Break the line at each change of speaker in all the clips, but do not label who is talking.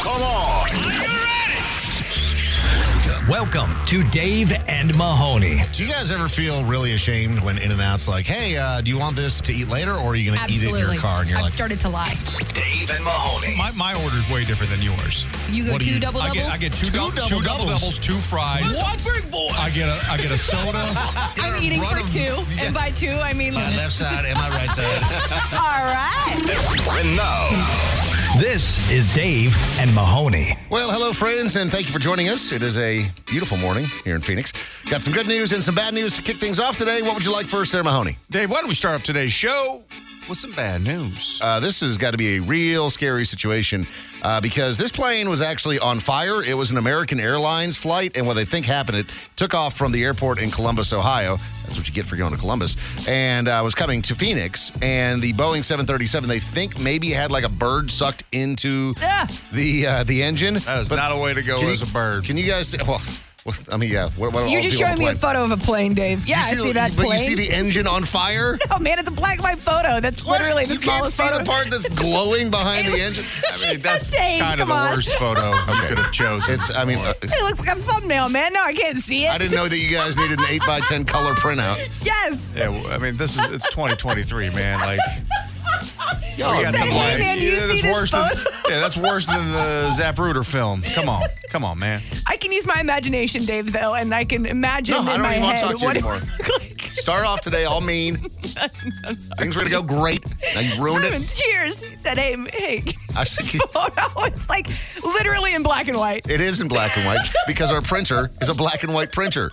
Come on.
Welcome to Dave and Mahoney.
Do you guys ever feel really ashamed when In N Out's like, hey, uh, do you want this to eat later or are you going to eat it in
Absolutely.
your car? And you're
I've
like,
started to lie.
Dave and Mahoney.
My, my order's way different than yours.
You go
What do
two double
I get,
doubles?
I get two,
Two
dou-
double
two double
doubles.
doubles, two fries.
Big boy.
I get a I get a soda.
I'm eating
run
for
of-
two,
Yeah.
and by two I mean
my left
limits.
side and my right side.
All right.
And now, this is Dave and Mahoney.
well, hello, friends, and thank you for joining us. It is a beautiful morning here in Phoenix. Got some good news and some bad news to kick things off today. What would you like first, Sarah Mahoney?
Dave, why don't we start off today's show with some bad news?
Uh, this has got to be a real scary situation uh, because this plane was actually on fire. It was an American Airlines flight, and what they think happened, it took off from the airport in Columbus, Ohio. That's what you get for going to Columbus, and uh, was coming to Phoenix. And the Boeing 737, they think maybe had like a bird sucked into
Ah.
the uh, the engine.
That is
But
not a way to go
can
as a
you-
bird.
Can you guys? Say, well, well, I mean, yeah. What, what
You're
all
just
do on
showing me a
plane?
photo of a plane, Dave. Yeah, I
You
see
the-
that
But
plane.
you see the engine on fire.
oh man, it's a black and white photo. That's literally the
you can't
smallest
see the
photo.
part that's glowing behind the engine.
I mean, that's
Dave,
kind of the
come on.
worst photo you could have chosen.
It's. I mean, uh,
It looks like a thumbnail, man. No, I can't see it.
I didn't know that you guys needed an eight by ten color printout.
yes.
yeah, well, I mean, this is it's 2023, man. Like,
Y'all
we
are
got
Say,
some
hey,
like-
man, do you
yeah,
see
that's
this
worse than,
photo?
yeah, that's worse than the Zapruder film. Come on, come on, man.
I can use my imagination, Dave, though, and I can imagine
No,
in
I don't
my
even wanna
head
talk to you
what it
anymore.
would look like.
Start off today all mean.
I'm sorry.
Things were gonna go great. Now you ruined
I'm in
it.
tears. He said, "Hey, hey, can you
I
see
see-
this photo? It's like literally in black and white."
It is in black and white because our printer is a black and white printer.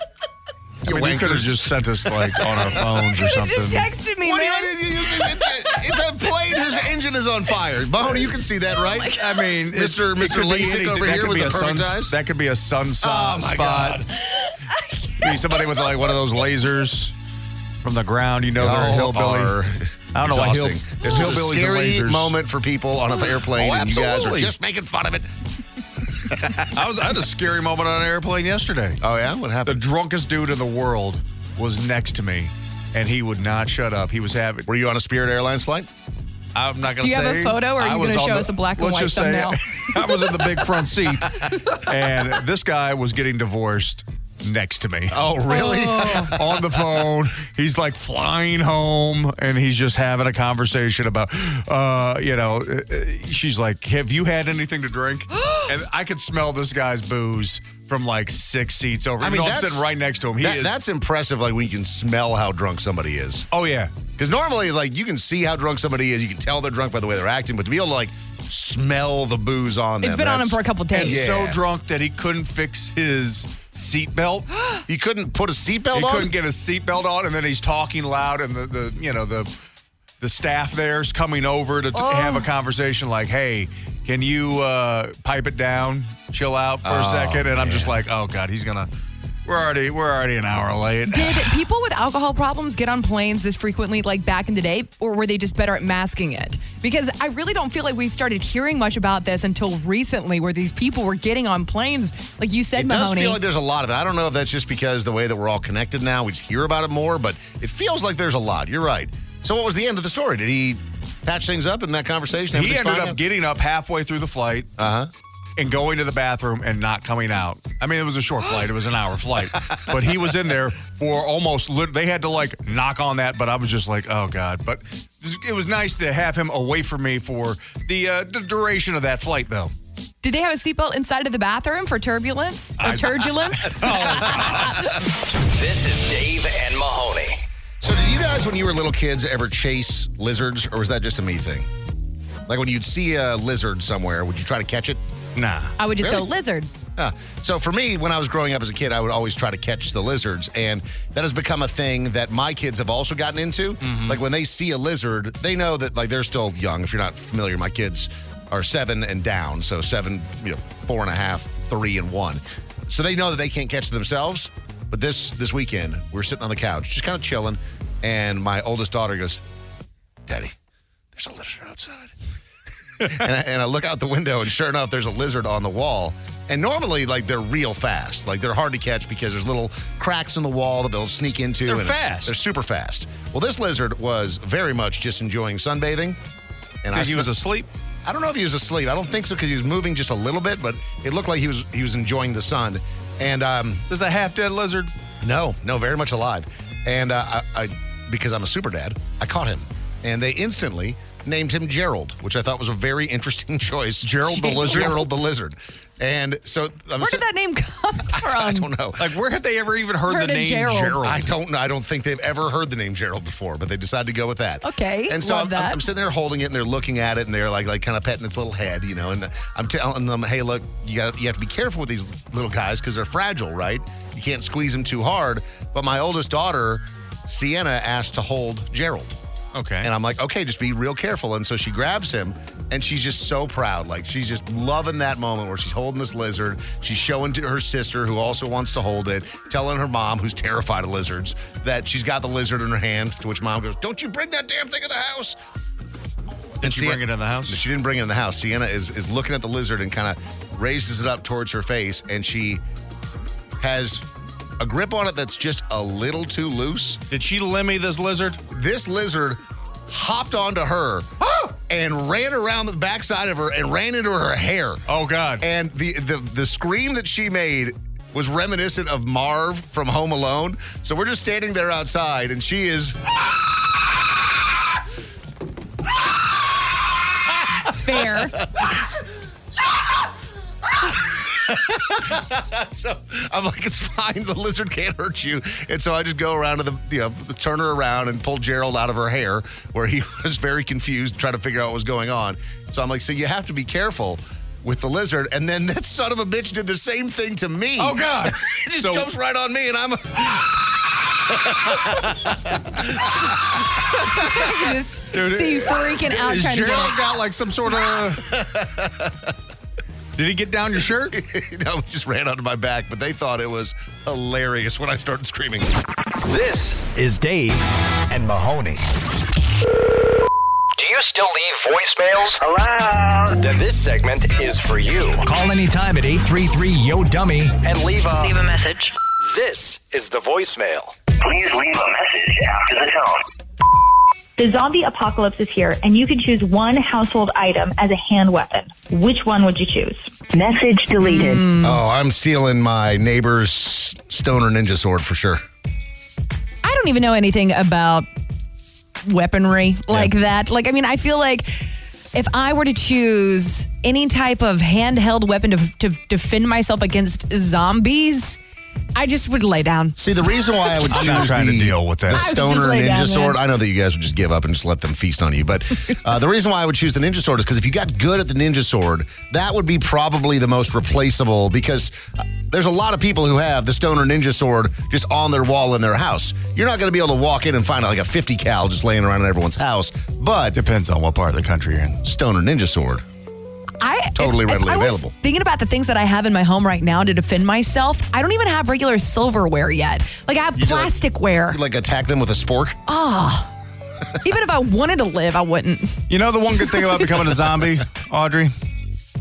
You
I mean, you could have
wankers.
just sent us like on our phones or
Could have
something.
just texted me,
What do you?
man.
It's, it's a plane whose engine is on fire. Mahoney, you can see that, right?
I mean, it-
Mr.
it
Mr.
could be
LASIK
anything.
over
That
here
could
with
be
the
a
perfect
sun-
eyes.
That could be a sunspot
Oh, my
spot.
God.
Be somebody with like one of those lasers from the ground. You know, they're a
Y'all
hillbilly.
are
I don't know why hill-
exhausting. This is a
hillbillies and
scary
lasers.
moment for people on an airplane,
Oh,
and you guys are
absolutely.
just making fun of it.
I was I had a scary moment on an airplane yesterday. Uh,
Oh yeah, what
The
happened?
drunkest dude in the world was next to me, and he would not shut up. He was having.
Were you on a Spirit Airlines flight?
I'm not gonna
Do you
say.
have a photo, or are
I
you
was
gonna
on
show
the-
us a black and
let's
white
just say
thumbnail?
I was in the big front seat, and this guy was getting divorced next to me.
Oh really?
on the phone. He's like flying home and he's just having a conversation about, uh, you know, uh, uh, she's like, Have you had anything to drink? and I could smell this guy's booze from like six seats over. I mean, I'm
that's-
sitting right next to him. He
That-
is.
That's impressive. Like when you can smell how drunk somebody is.
oh, yeah.
Because normally, like you can see how drunk somebody is, you can tell they're drunk by the way they're acting, but to be able to like smell the booze on them,
It's been on
that's-
him for a couple
And
days.
Yeah.
so drunk that he couldn't fix his seatbelt.
You couldn't put a seatbelt
he
on.
couldn't get his seatbelt on, and then he's talking loud, and the, the you know the the staff there's coming over to t-
Oh.
have a conversation like, "Hey, can you uh, pipe it down, chill out for a second? And I'm just like, "Oh God, he's gonna." We're already we're already an hour late.
Did people with alcohol problems get on planes this frequently, like back in the day, or were they just better at masking it? Because I really don't feel like we started hearing much about this until recently, where these people were getting on planes, like you said,
it does
Mahoney.
feel like there's a lot of it. I don't know if that's just because the way that we're all connected now, we just hear about it more, but it feels like there's a lot. You're right. So what was the end of the story? Did he patch things up in that conversation?
He
Everything's
ended
fine
up
now?
getting up halfway through the flight and going to the bathroom and not coming out. I mean, it was a short flight; it was an hour flight, but he was in there for almost. Lit- they had to like knock on that, but I was just like, "Oh God!" But it was nice to have him away from me for the uh, the duration of that flight, though.
Did they have a seatbelt inside of the bathroom for turbulence or turbulence?
This is Dave and Mahoney.
So did you guys, when you were little kids, ever chase lizards, or was that just a me thing? Like when you'd see a lizard somewhere, would you try to catch it?
Nah,
I would just
Really?
go lizard.
Huh. So for me, when I was growing up as a kid, I would always try to catch the lizards, and that has become a thing that my kids have also gotten into. Like when they see a lizard, they know that like they're still young. If you're not familiar, my kids are seven and down, so seven, you know, four and a half, three and one. So they know that they can't catch themselves. But this this weekend, we we're sitting on the couch, just kind of chilling, and my oldest daughter goes, "Daddy, there's a lizard outside." and, I, and I look out the window, and sure enough, there's a lizard on the wall. And normally, like they're real fast, like they're hard to catch because there's little cracks in the wall that they'll sneak into.
They're
and it's-
fast.
They're super fast. Well, this lizard was very much just enjoying sunbathing, and I
he was
snuck-
asleep.
I don't know if he was asleep. I don't think so because he was moving just a little bit, but it looked like he was he was enjoying the sun. And um,
There's a half dead lizard.
no, no, very much alive. And uh, I, I, because I'm a super dad, I caught him, and they instantly named him Gerald, which I thought was a very interesting choice.
Gerald the lizard?
Gerald the lizard. And so, I'm
Where did that name come from?
I don't know.
Like, where have they ever even heard,
Heard
the
of
name
Gerald.
Gerald?
I don't know. I don't think they've ever heard the name Gerald before, but they decided to go with that.
Okay,
And so
love
I'm,
that.
I'm- I'm sitting there holding it, and they're looking at it, and they're like, like kind of petting its little head, you know. And I'm telling them, hey, look, you got you have to be careful with these little guys because they're fragile, right? You can't squeeze them too hard. But my oldest daughter, Sienna, asked to hold Gerald.
Okay.
And I'm like, okay, just be real careful. And so she grabs him, and she's just so proud. Like she's just loving that moment where she's holding this lizard. She's showing to her sister, who also wants to hold it, telling her mom, who's terrified of lizards, that she's got the lizard in her hand. To which mom goes, "Don't you bring that damn thing in the house!"
Did she
Sienna-
bring it in the house?
She didn't bring it in the house. Sienna is is looking at the lizard and kind of raises it up towards her face, and she has a grip on it that's just a little too loose
Did she lemmy this lizard?
this lizard hopped onto her and ran around the backside of her and ran into her hair.
Oh, God.
And the, the the scream that she made was reminiscent of Marv from Home Alone. So we're just standing there outside, and she is
Fair.
so I'm like, it's fine. The lizard can't hurt you. And so I just go around to the you know turn her around and pull Gerald out of her hair, where he was very confused, trying to figure out what was going on. So I'm like, so you have to be careful. With the lizard, and then that son of a bitch did the same thing to me.
Oh, God.
It just
So-
jumps right on me, and I'm
I can just
Dude,
see you freaking out
Is
trying
Gerald
to get
got like some sort of? Did he get down your shirt?
I just ran onto my back. But they thought it was hilarious when I started screaming.
Mm.
This is Dave and Mahoney.
Do you still leave voicemails?
Then this segment is for you. Call anytime at 833 Yo Dummy and leave a.
Leave a message.
This is the voicemail.
Please leave a message after the tone.
The zombie apocalypse is here, and you can choose one household item as a hand weapon. Which one would you choose?
Message deleted.
Oh, I'm stealing my neighbor's stoner ninja sword for sure.
I don't even know anything about weaponry like that. Like, I mean, I feel like if I were to choose any type of handheld weapon to, to defend myself against zombies, I just would lay down.
See, the reason why I would
I'm
choose
not trying
the,
to deal with
the
that. I would
just
stoner
lay
ninja
down, man.
sword. I know that you guys would just give up and just let them feast on you, but uh, the reason why I would choose the ninja sword is because if you got good at the ninja sword, that would be probably the most replaceable. Because uh, there's a lot of people who have the stoner ninja sword just on their wall in their house. You're not going to be able to walk in and find like a 50 cal just laying around in everyone's house, but
Depends on what part of the country you're in.
stoner ninja sword.
I
Totally
if- if
readily
I was
available.
thinking about the things that I have in my home right now to defend myself. I don't even have regular silverware yet. Like I have
do like-
plasticware.
Like attack them with a spork.
even if I wanted to live, I wouldn't.
You know the one good thing about becoming a zombie, Audrey.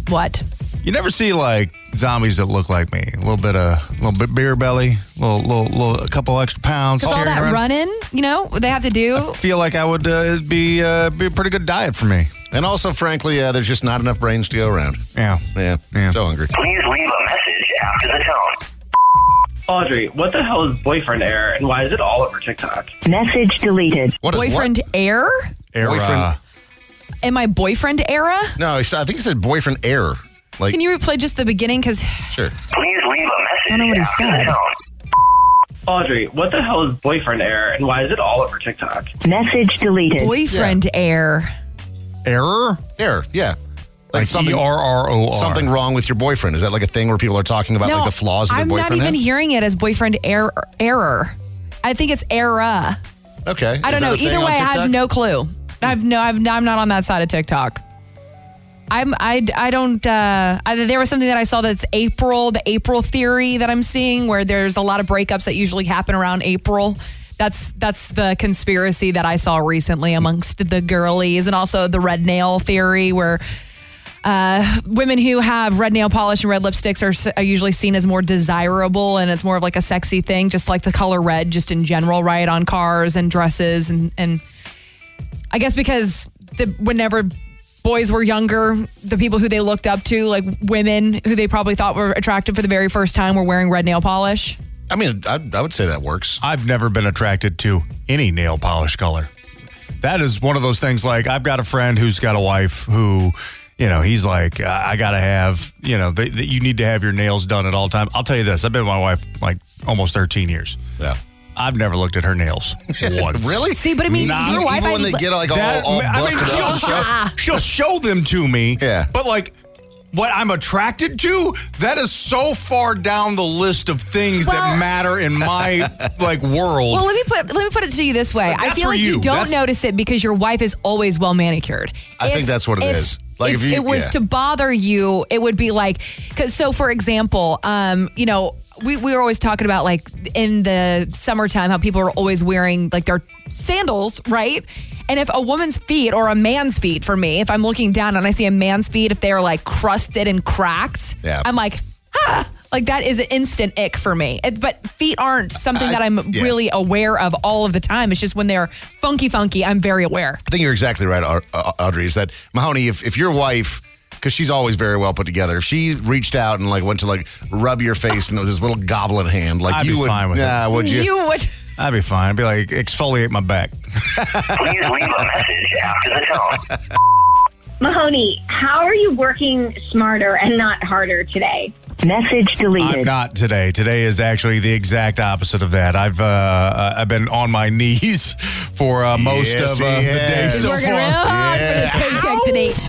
What?
You never see like zombies that look like me. A little bit of, little bit beer belly, little, little, little, a couple extra pounds.
Because all that
carrying around.
running, you know, what they have to do.
Feel like I would uh, be uh, be a pretty good diet for me.
And also, frankly, uh, there's just not enough brains to go around.
Yeah.
Yeah,
Yeah.
so hungry.
Please leave a message after the tone.
Audrey, what the hell is boyfriend error and why is it all over TikTok?
Message deleted.
What is what?
boyfriend air?
Era.
Boyfriend-
Am I boyfriend era?
No, he said- I think he said boyfriend error. Like,
Can you replay just the beginning? Because
sure.
Please leave a
I don't know
message
what he said.
after the tone.
Audrey, what the hell is boyfriend error and why is it all over TikTok?
Message deleted.
boyfriend air.
Error.
Error, yeah. Like,
Like
something,
E R R O R.
something wrong with your boyfriend. Is that like a thing where people are talking about like the flaws of their
I'm not
boyfriend?
even
had?
hearing it as boyfriend error. error. I think it's era.
Okay.
I
Is
don't
that
know.
a thing
Either
on
way, I
TikTok?
have no clue. I've no. I've, no- I'm not on that side of TikTok. I'm. I. I don't. Uh, I, there was something that I saw that's April. The April theory that I'm seeing, where there's a lot of breakups that usually happen around April. That's that's the conspiracy that I saw recently amongst the girlies, and also the red nail theory, where uh, women who have red nail polish and red lipsticks are, s- are usually seen as more desirable and it's more of like a sexy thing, just like the color red, just in general, right? On cars and dresses. And, and I guess because the, whenever boys were younger, the people who they looked up to, like women who they probably thought were attractive for the very first time, were wearing red nail polish.
I mean, I, I would say that works.
I've never been attracted to any nail polish color. That is one of those things like I've got a friend who's got a wife who, you know, he's like, I, I got to have, you know, they, they, you need to have your nails done at all time. I'll tell you this I've been with my wife like almost 13 years.
Yeah.
I've never looked at her nails once.
Really?
See, but I mean,
Nah,
your
Even
wife,
when
I-
they get like all,
That-
all
I mean,
busted
she'll,
up.
show, she'll show them to me.
Yeah.
But like what I'm attracted to, that is so far down the list of things
Well-
that matter in my like world.
Well, let me put let me put it to you this way. I
that's
feel
for
like you,
you.
don't
That's-
notice it because your wife is always well manicured.
I think that's what it
it is.
is. Like,
if,
if you-
it was
yeah.
to bother you, it would be like 'cause- so. For example, um, you know. We, we were always talking about like in the summertime how people are always wearing like their sandals, right? And if a woman's feet or a man's feet for me, if I'm looking down and I see a man's feet, if they're like crusted and cracked,
Yeah.
I'm like, ah, like that is an instant ick for me. It, but feet aren't something that I'm
yeah.
really aware of all of the time. It's just when they're funky, funky, I'm very aware.
I think you're exactly right, Au- Au- Audrey. Is that Mahoney? If if your wife, because she's always very well put together, if she reached out and like went to like rub your face and it was this little goblin hand, like
I'd
you
be
would,
fine with it.
nah, would you?
You would.
I'd be fine. I'd be like, exfoliate my back.
Please leave a message after the tone.
Mahoney, how are you working smarter and not harder today?
Message
I'm
deleted.
not today. Today is actually the exact opposite of that. I've uh, I've been on my knees for uh, most
Yes,
of uh,
he
the day
has.
He's
so
working
far.
real hard for this paycheck today.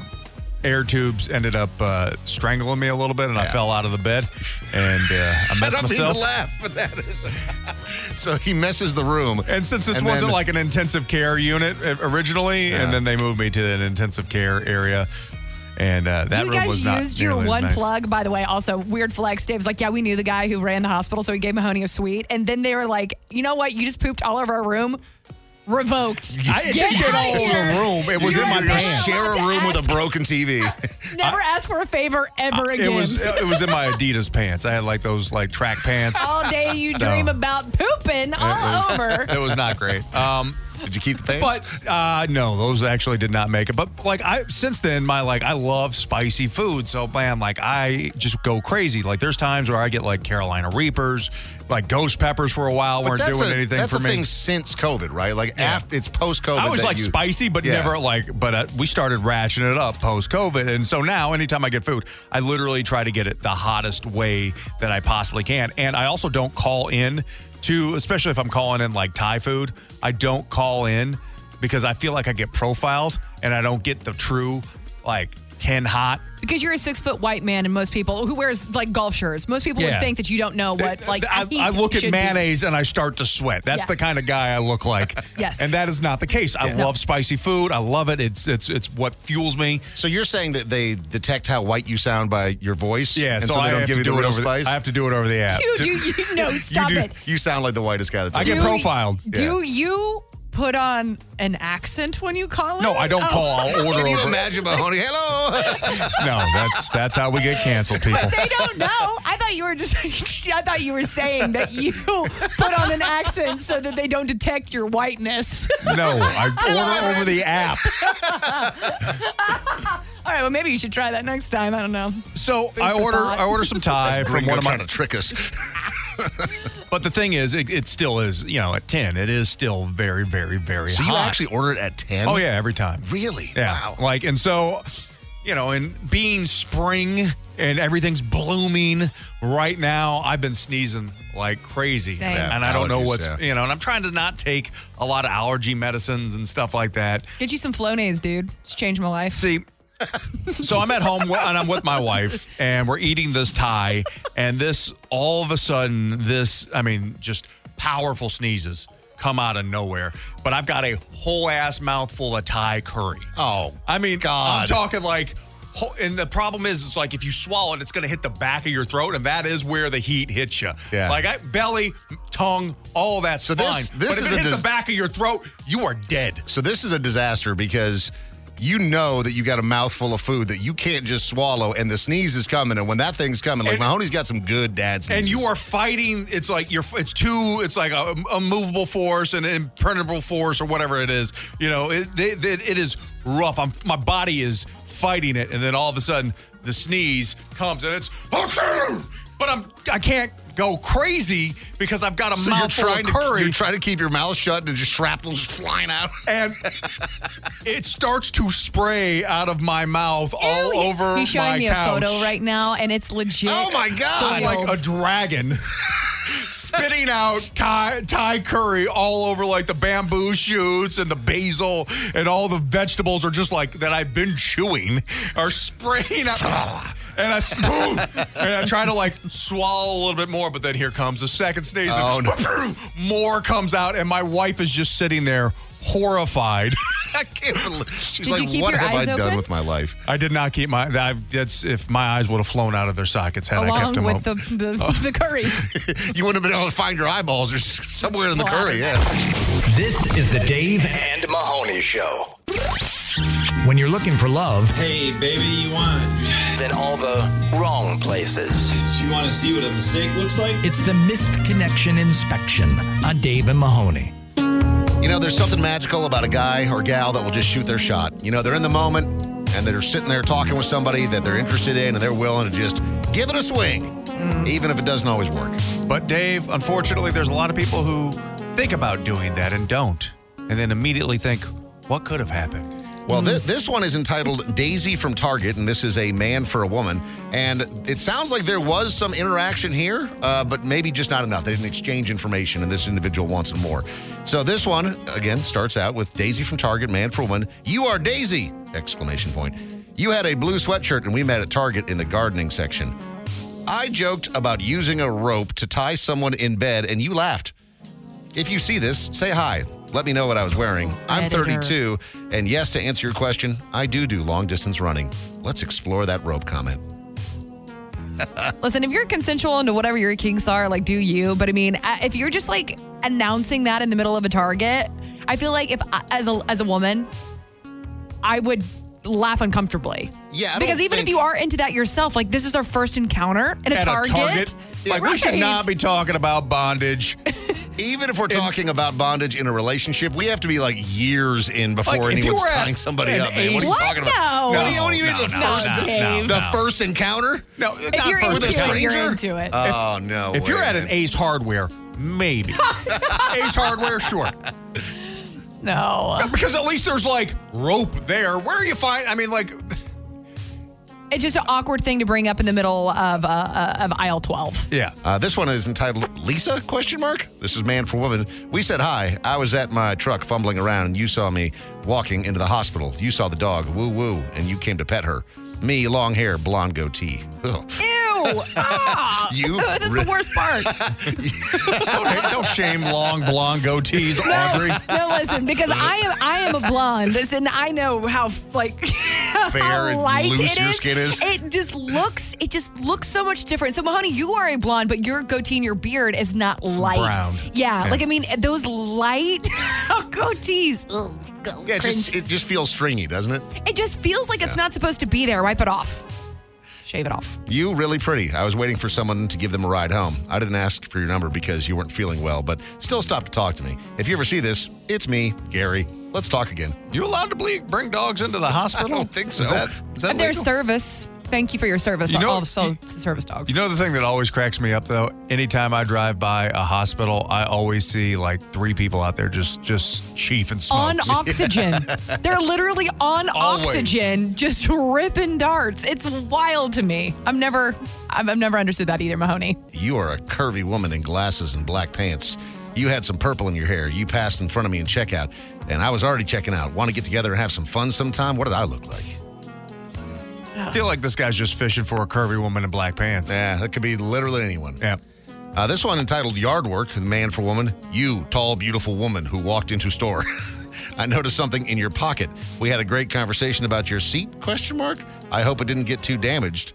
air tubes ended up uh, strangling me a little bit, and I fell out of the bed, and uh, I
I
messed
don't mean
myself.
to laugh, but that is. so he messes the room,
And since this
And
wasn't
then-
like an intensive care unit uh, originally, and then they moved me to an intensive care area, and uh, that
you
room
guys
was not
used your
nearly as
one
nice.
plug, by the way. Also, weird flex. Dave's like, yeah, we knew the guy who ran the hospital, so he gave Mahoney a suite. And then they were like, you know what? You just pooped all over our room. Revoked.
I it
Get
didn't get
out
all
of
over
here.
the room. It was
You're
in my
not allowed
pants.
share
to
a room with
ask.
a broken TV.
Never ask for a favor ever again.
It was uh, it was in my Adidas pants. I had like those like track pants.
all day you
So-
dream about pooping all
was-
over.
It was not great. Um,
Did you keep the pants?
But uh, no, those actually did not make it. But like I since then, my like I love spicy food. So man, like I just go crazy. Like there's times where I get like Carolina Reapers, like ghost peppers for a while
But
weren't
that's
doing
a,
anything
that's
for
a
me.
thing since COVID, right? Like
Yeah.
after it's post COVID.
I was like spicy, but
Yeah.
never like. But uh, we started ratcheting it up post COVID, and so now anytime I get food, I literally try to get it the hottest way that I possibly can, and I also don't call in to, especially if I'm calling in like Thai food, I don't call in because I feel like I get profiled and I don't get the true like ten hot.
Because you're a six foot white man, and most people who wears like golf shirts, most people
Yeah.
would think that you don't know what like
I,
heat
I look
should
at
be.
mayonnaise and I start to sweat. That's
Yeah.
the kind of guy I look like.
Yes.
and that is not the case. I love spicy food. I love it. It's it's it's what fuels me.
So you're saying that they detect how white you sound by your voice?
Yeah,
and
so,
so, they
I
don't
have
give you
to
the
do it
real
over the,
spice.
I have to do it over the app.
You do you know? Stop
you do,
it.
You sound like the whitest guy that's.
I
ever
get
been.
profiled.
Do you put on an accent when you call it?
No, I don't
Oh.
call. I'll order
Can you
over.
imagine Mahoney? Hello.
No, that's that's how we get canceled, people.
They don't know. I thought you were just. I thought you were saying that you put on an accent so that they don't detect your whiteness.
No, I order over the app.
All right. Well, maybe you should try that next time. I don't know.
So
Food
I
for
order
thought.
I order some Thai
That's
from
Gringo
one of my
trying to trick us.
But the thing is, it, it still is, you know, at 10, it is still very, very, very
So you
hot.
actually ordered it at 10?
Oh, yeah, every time.
Really?
Yeah.
Wow.
Like, and so, you know, and being spring and everything's blooming right now, I've been sneezing like crazy.
Same. Yeah,
And I don't know
allergies,
what's,
yeah.
you know, and I'm trying to not take a lot of allergy medicines and stuff like that.
Get you some Flonase, dude. It's changed my life.
See, so I'm at home wi- and I'm with my wife, and we're eating this Thai, and this all of a sudden, this I mean, just powerful sneezes come out of nowhere. But I've got a whole ass mouthful of Thai curry.
Oh,
I mean, I'm
God.
talking like. whole- And the problem is, it's like if you swallow it, it's going to hit the back of your throat, and that is where the heat hits you.
Yeah.
Like I, belly, tongue, all that's
So
fine.
this- this
but
is
if it
a
hits
dis-
the back of your throat, you are dead.
So this is a disaster because you know that you got a mouthful of food that you can't just swallow, and the sneeze is coming. And when that thing's coming, like
And-
Mahoney's got some good dad
and
sneezes.
you are fighting it's like you're it's two it's like a, a movable force and an impenetrable force or whatever it is you know it, it, it- it is rough I'm, my body is fighting it and then all of a sudden the sneeze comes and it's but i'm i can't go crazy because i've got a
so you're
mouthful
trying
of curry
to you're trying to keep your mouth shut and just shrapnel just flying out.
and it starts to spray out of my mouth all over
Oh, He's showing
my
me
couch
a photo right now, and it's legit.
Oh my God.
I'm like a dragon spitting out Thai, Thai curry all over like the bamboo shoots and the basil and all the vegetables are just like that I've been chewing are spraying out. And I spoon and I try to like swallow a little bit more, but then here comes the second sneeze.
Oh,
and More comes out, and my wife is just sitting there horrified.
I can't believe. She's
Did you
like,
keep
what
your
have I
eyes
done
open?
with my life?
I did not keep my. I, that's if my eyes would have flown out of their sockets had I kept
Along
them
with
open.
the, the, the curry.
You wouldn't have been able to find your eyeballs or s- somewhere in the curry. Yeah.
This is the Dave and Mahoney Show. When you're looking for love,
Hey, baby, you want?
then all the wrong places.
You want to see what a mistake looks like?
It's the missed connection inspection on Dave and Mahoney.
You know, there's something magical about a guy or gal that will just shoot their shot. You know, they're in the moment and they're sitting there talking with somebody that they're interested in and they're willing to just give it a swing,
Mm.
even if it doesn't always work.
But Dave, unfortunately, there's a lot of people who think about doing that and don't, and then immediately think, "What could have happened?"
Well, thi- this one is entitled Daisy from Target, and this is a man for a woman. And it sounds like there was some interaction here, uh, but maybe just not enough. They didn't exchange information, and this individual wants some more. So this one, again, starts out with Daisy from Target, man for woman. You are Daisy! Exclamation point. You had a blue sweatshirt, and we met at Target in the gardening section. I joked about using a rope to tie someone in bed, and you laughed. If you see this, say hi. Let me know what I was wearing. I'm
Editor.
32, and yes, to answer your question, I do do long distance running. Let's explore that rope comment.
Listen, if you're consensual into whatever your kinks are, like, do you? But I mean, I- if you're just like announcing that in the middle of a target, I feel like if I, as a as a woman, I would laugh uncomfortably.
Yeah, I don't
because even if
think-
you are into that yourself, like this is our first encounter in a
At
target.
a target, like we should
Right.
not be talking about bondage.
Even if we're talking about bondage in a relationship, we have to be like years in before
Like, if you
anyone's
were at
tying somebody
an
up, man. What are you
age-
talking about?
What? No.
What do you, what do you mean
No,
the,
no,
no,
first,
no,
the
no.
first encounter?
No,
If
not
you're
first
with a
into it, you're
stranger?
into it.
Oh, no.
If you're
way,
at an
man.
Ace Hardware, maybe Ace Hardware, sure,
no,
because at least there's like rope there. Where are you find? I mean, like
it's just an awkward thing to bring up in the middle of uh, uh, of aisle twelve.
yeah.
Uh, this one is entitled Lisa? Question mark. This is man for woman. We said hi. I was at my truck fumbling around, and you saw me walking into the hospital. You saw the dog, woo woo, and you came to pet her. Me, long hair, blonde goatee. Ugh.
Ew. No. Ah,
You
that's
re-
the worst part.
don't, don't shame long blonde goatees, Audrey.
No, listen, because
Uh,
I am I am a blonde. Listen, I know how like
Fair
how
and
light
loose
it
your
is.
skin is.
It just looks it just looks so much different. So, Mahoney, you are a blonde, but your goatee and your beard is not light.
Brown.
Yeah,
Yeah.
like I mean, those light goatees. Ugh, go
Yeah, it
cringe.
just, it just feels stringy, doesn't it?
It just feels like it's not supposed to be there. Wipe it off. Shave it off.
You really pretty. I was waiting for someone to give them a ride home. I didn't ask for your number because you weren't feeling well, but still stop to talk to me. If you ever see this, it's me, Gary. Let's talk again.
You allowed to ble- bring dogs into the hospital?
I don't think so.
Is that- is that
Their
legal?
service. Thank you for your service.
You know-
also, service dogs.
You know the thing that always cracks me up though. Anytime I drive by a hospital, I always see like three people out there just just chief and
on
smokes.
oxygen. They're literally on
Always.
oxygen, just ripping darts. It's wild to me. I've never, I've, I've never understood that either, Mahoney.
You are a curvy woman in glasses and black pants. You had some purple in your hair. You passed in front of me in checkout, and I was already checking out. Want to get together and have some fun sometime? What did I look like?
I feel like this guy's just fishing for a curvy woman in black pants.
Yeah, that could be literally anyone.
Yeah.
Uh, this one entitled Yard Work, Man for Woman. You, tall, beautiful woman who walked into store. I noticed something in your pocket. We had a great conversation about your seat, question mark. I hope it didn't get too damaged.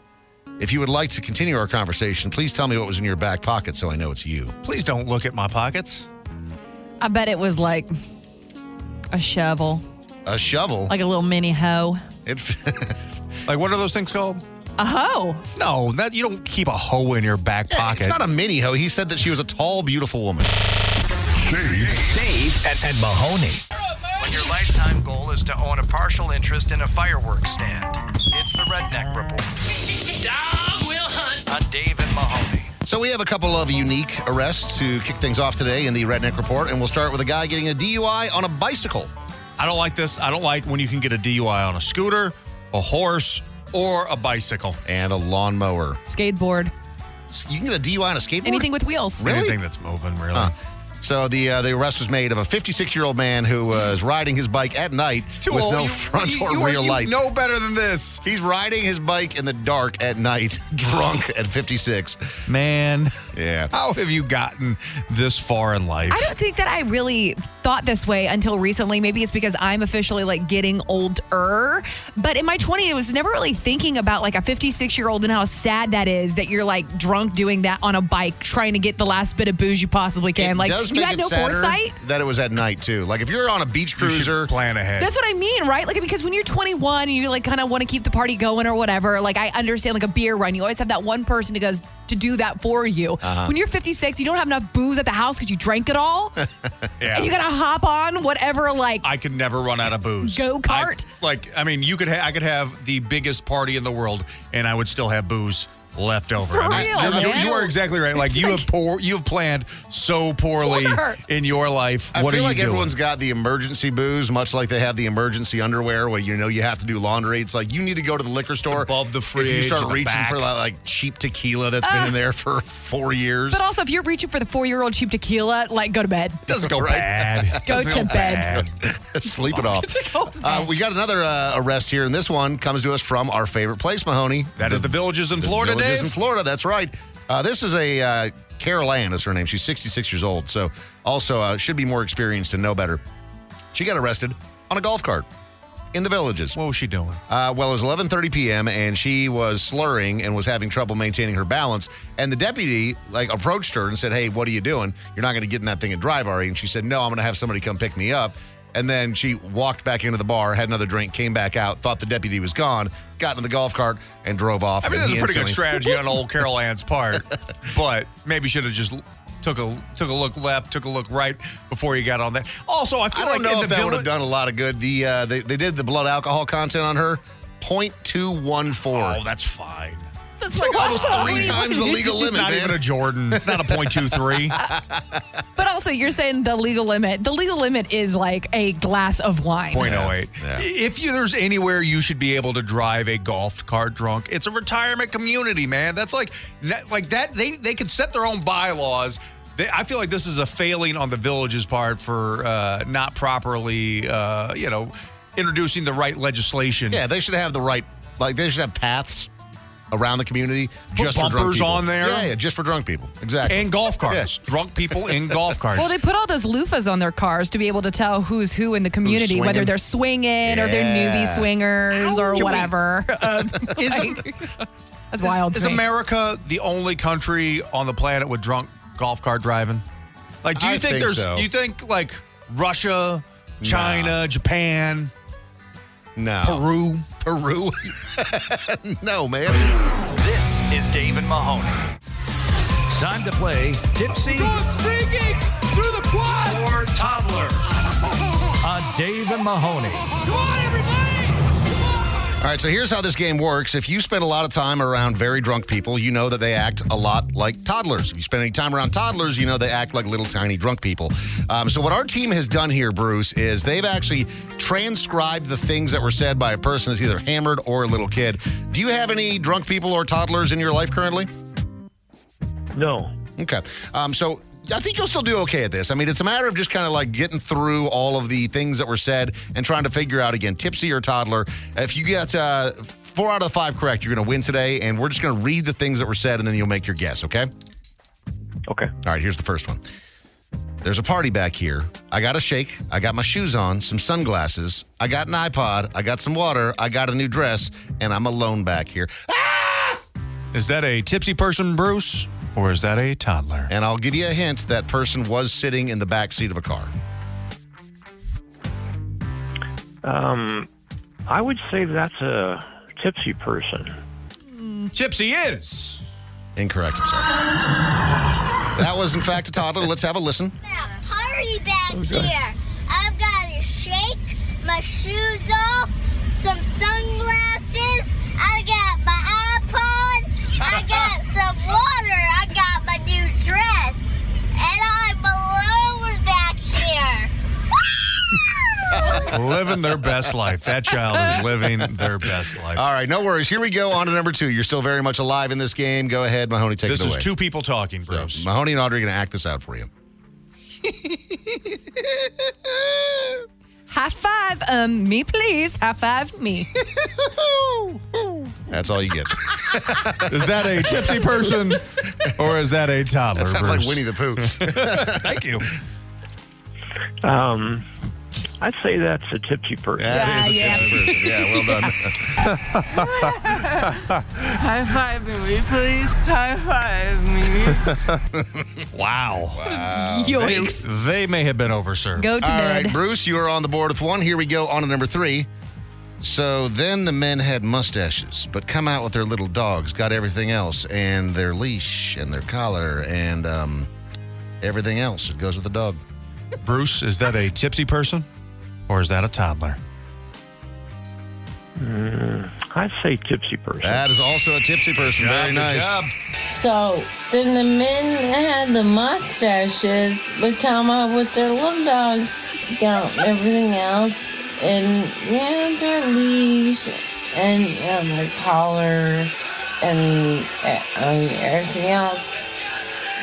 If you would like to continue our conversation, please tell me what was in your back pocket so I know it's you.
Please don't look at my pockets.
I bet it was like a shovel,
A shovel.
like a little mini hoe.
it,
like what are those things called?
A hoe.
No, that you don't keep a hoe in your back pocket.
It's not a mini hoe. He said that she was a tall, beautiful woman.
Dave and, and Mahoney. When your lifetime goal is to own a partial interest in a fireworks stand, it's the Redneck Report. Dog will hunt. On Dave and Mahoney.
So we have a couple of unique arrests to kick things off today in the Redneck Report, and we'll start with a guy getting a DUI on a bicycle.
I don't like this. I don't like when you can get a DUI on a scooter, a horse, or a bicycle.
And a lawnmower.
Skateboard.
You can get a DUI on a skateboard?
Anything with wheels.
Really?
Anything that's moving, really.
Huh. So the uh, the arrest was made of a 56 year old man who was riding his bike at night
too
with
old.
no
You-
front
you-
or
you are-
rear
you
light.
know better than this.
He's riding his bike in the dark at night, drunk at 56.
Man.
Yeah.
How have you gotten this far in life?
I don't think that I really thought this way until recently. Maybe it's because I'm officially like getting older. But in my 20s, I was never really thinking about like a 56 year old and how sad that is that you're like drunk doing that on a bike, trying to get the last bit of booze you possibly can.
It
like
does
you
make
had
it
no
sadder
foresight.
that it was at night too. Like if you're on a beach
You should
cruiser,
plan ahead.
That's what I mean, right? Like because when you're 21 and you like kind of want to keep the party going or whatever, like I understand like a beer run, you always have that one person who goes to do that for you.
Uh-huh.
When you're 56, you don't have enough booze at the house because you drank it all,
yeah.
and you gotta hop on whatever like
I could never run out of booze.
Go kart?
I- Like, I mean, you could. Ha- I could have the biggest party in the world, and I would still have booze left over.
For
I mean,
real,
you- you-
man.
you are exactly right. Like, you have poor. You have planned so poorly
Poor.
in your life.
I
what
feel
are you
like
doing?
everyone's got the emergency booze, much like they have the emergency underwear, where you know you have to do laundry. It's like you need to go to the liquor store
above the
If you
fridge,
start
in the
reaching
back.
for that like cheap tequila that's been in there for four years.
But also, if you're reaching for the four year old cheap tequila, like go to bed.
doesn't go bad.
Go
Doesn't
to bed.
bad.
Sleep it off. Uh, we got another uh, arrest here, and this one comes to us from our favorite place, Mahoney.
That is the villages in
the
Florida,
Villages
Dave.
in Florida. That's right. Uh, this is a uh, Carol Ann is her name. She's 66 years old, so also uh, should be more experienced and know better. She got arrested on a golf cart in the villages.
What was she doing?
Uh, well, it was 11:30 p.m. and she was slurring and was having trouble maintaining her balance. And the deputy like approached her and said, "Hey, what are you doing? You're not going to get in that thing and drive, are you?" And she said, "No, I'm going to have somebody come pick me up." And then she walked back into the bar, had another drink, came back out, thought the deputy was gone, got into the golf cart, and drove off.
I mean,
And
that's a
he
pretty good
instantly-
strategy on old Carol Ann's part, but maybe should have just took a took a look left, took a look right before you got on that. Also, I
I
feel
don't
like in
know
the
if that would
village,
have done a lot of good. The uh, they, they did the blood alcohol content on her, 0.214.
oh, that's fine.
that's like almost three times the legal
It's
limit,
not
man.
even a Jordan. It's not a point two three.
But also, you're saying the legal limit. The legal limit is like a glass of wine.
Point oh eight.
Yeah.
If you, there's anywhere you should be able to drive a golf cart drunk, it's a retirement community, man. That's like, that- like that. They they could set their own bylaws. They, I feel like this is a failing on the village's part for uh, not properly, uh, you know, introducing the right legislation.
Yeah, they should have the right, like, they should have paths around the community just for drunk
bumpers
people.
on there.
Yeah, yeah, just for drunk people. Exactly.
And golf carts. Drunk people in golf carts.
Well, they put all those loofahs on their cars to be able to tell who's who in the community,
swinging?
whether they're swinging or they're
Yeah.
newbie swingers
How
or
can we-
whatever. Um, like, that's wild.
Is
to me.
America the only country on the planet with drunk golf cart driving? Like, do you
I
think,
think
there's?
so.
You think like Russia, China, Japan,
no,
Peru,
Peru? no, man.
This is Dave and Mahoney. Time to play Tipsy
Singing through the quad.
or Toddler on Dave and Mahoney.
All right, so here's how this game works. If you spend a lot of time around very drunk people, you know that they act a lot like toddlers. If you spend any time around toddlers, you know they act like little tiny drunk people. Um, so, what our team has done here, Bruce, is they've actually transcribed the things that were said by a person that's either hammered or a little kid. Do you have any drunk people or toddlers in your life currently?
No.
Okay. Um, so I think you'll still do okay at this. I mean, it's a matter of just kind of like getting through all of the things that were said and trying to figure out again, tipsy or toddler. If you get uh, four out of the five correct, you're going to win today. And we're just going to read the things that were said and then you'll make your guess, okay?
Okay.
All right, here's the first one. There's a party back here. I got a shake. I got my shoes on, some sunglasses. I got an iPod. I got some water. I got a new dress, and I'm alone back here.
Is that a tipsy person, Bruce, or is that a toddler?
And I'll give you a hint that person was sitting in the back seat of a car.
Um, I would say that's a tipsy person.
Gypsy is
incorrect. I'm sorry. That was, in fact, a toddler. Let's have a listen.
party back
Okay.
here. I've got a shake, my shoes off, some sunglasses. I got my iPod. I got some water. I got my new dress. And I'm alone back here.
living their best life. That child is living their best life.
All right, no worries. Here we go on to number two. You're still very much alive in this game. Go ahead, Mahoney, take
This
it away.
is two people talking,
So,
Bruce.
Mahoney and Audrey are going to act this out for you.
High five, um, me please. High five me.
That's all you get.
Is that a tipsy person, or is that a toddler?
That sounds like
Bruce?
Winnie the Pooh. Thank you.
Um, I'd say that's a tipsy person.
That is a
yeah.
tipsy person. Yeah, well done.
High five me, please. High five me.
Wow.
Wow.
Yikes.
They, they may have been overserved. Uh,
Go to
All right,
bed.
Bruce, you are on the board with one. Here we go on to number three. So then the men had mustaches, but come out with their little dogs, got everything else, and their leash and their collar and um, everything else that goes with the dog.
Bruce, is that a tipsy person, or is that a toddler?
I'd say tipsy person.
That is also a tipsy person. Very nice.
So then the men that had the mustaches would come up with their little dogs, got everything else, and yeah, their leash and um, their collar and uh, I mean, everything else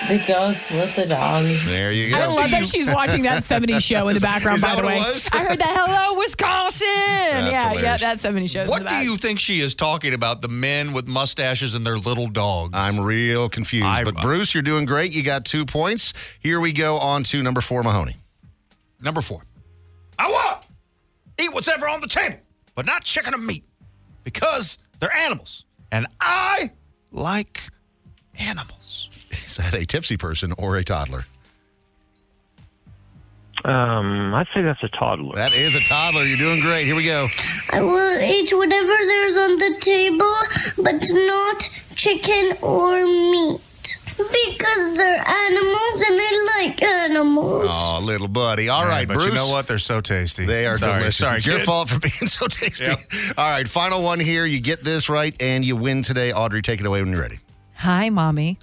that goes with the dog.
There you go.
I love that she's watching that 70s show in the background,
Is that
by the
what
way.
it was?
I heard that. Hello, Wisconsin. yeah, yeah,
hilarious.
that 70s show. in
What
the
do
back.
you think she is talking about? The men with mustaches and their little dogs.
I'm real confused. but Bruce, you're doing great. You got two points. Here we go on to number four, Mahoney.
Number four. I want eat whatever on the table, but not chicken and meat because they're animals, and I like animals.
Is that a tipsy person or a toddler?
Um, I'd say that's a toddler.
That is a toddler. You're doing great. Here we go.
I will eat whatever there's on the table, but not chicken or meat. Because they're animals and I like animals.
Oh, little buddy. All
Yeah,
right,
but
Bruce.
you know what? They're so tasty.
They are
Sorry,
delicious.
Sorry,
it's your
kid.
fault for being so tasty. All right, final one here. You get this right, and you win today. Audrey, take it away when you're ready.
Hi, mommy.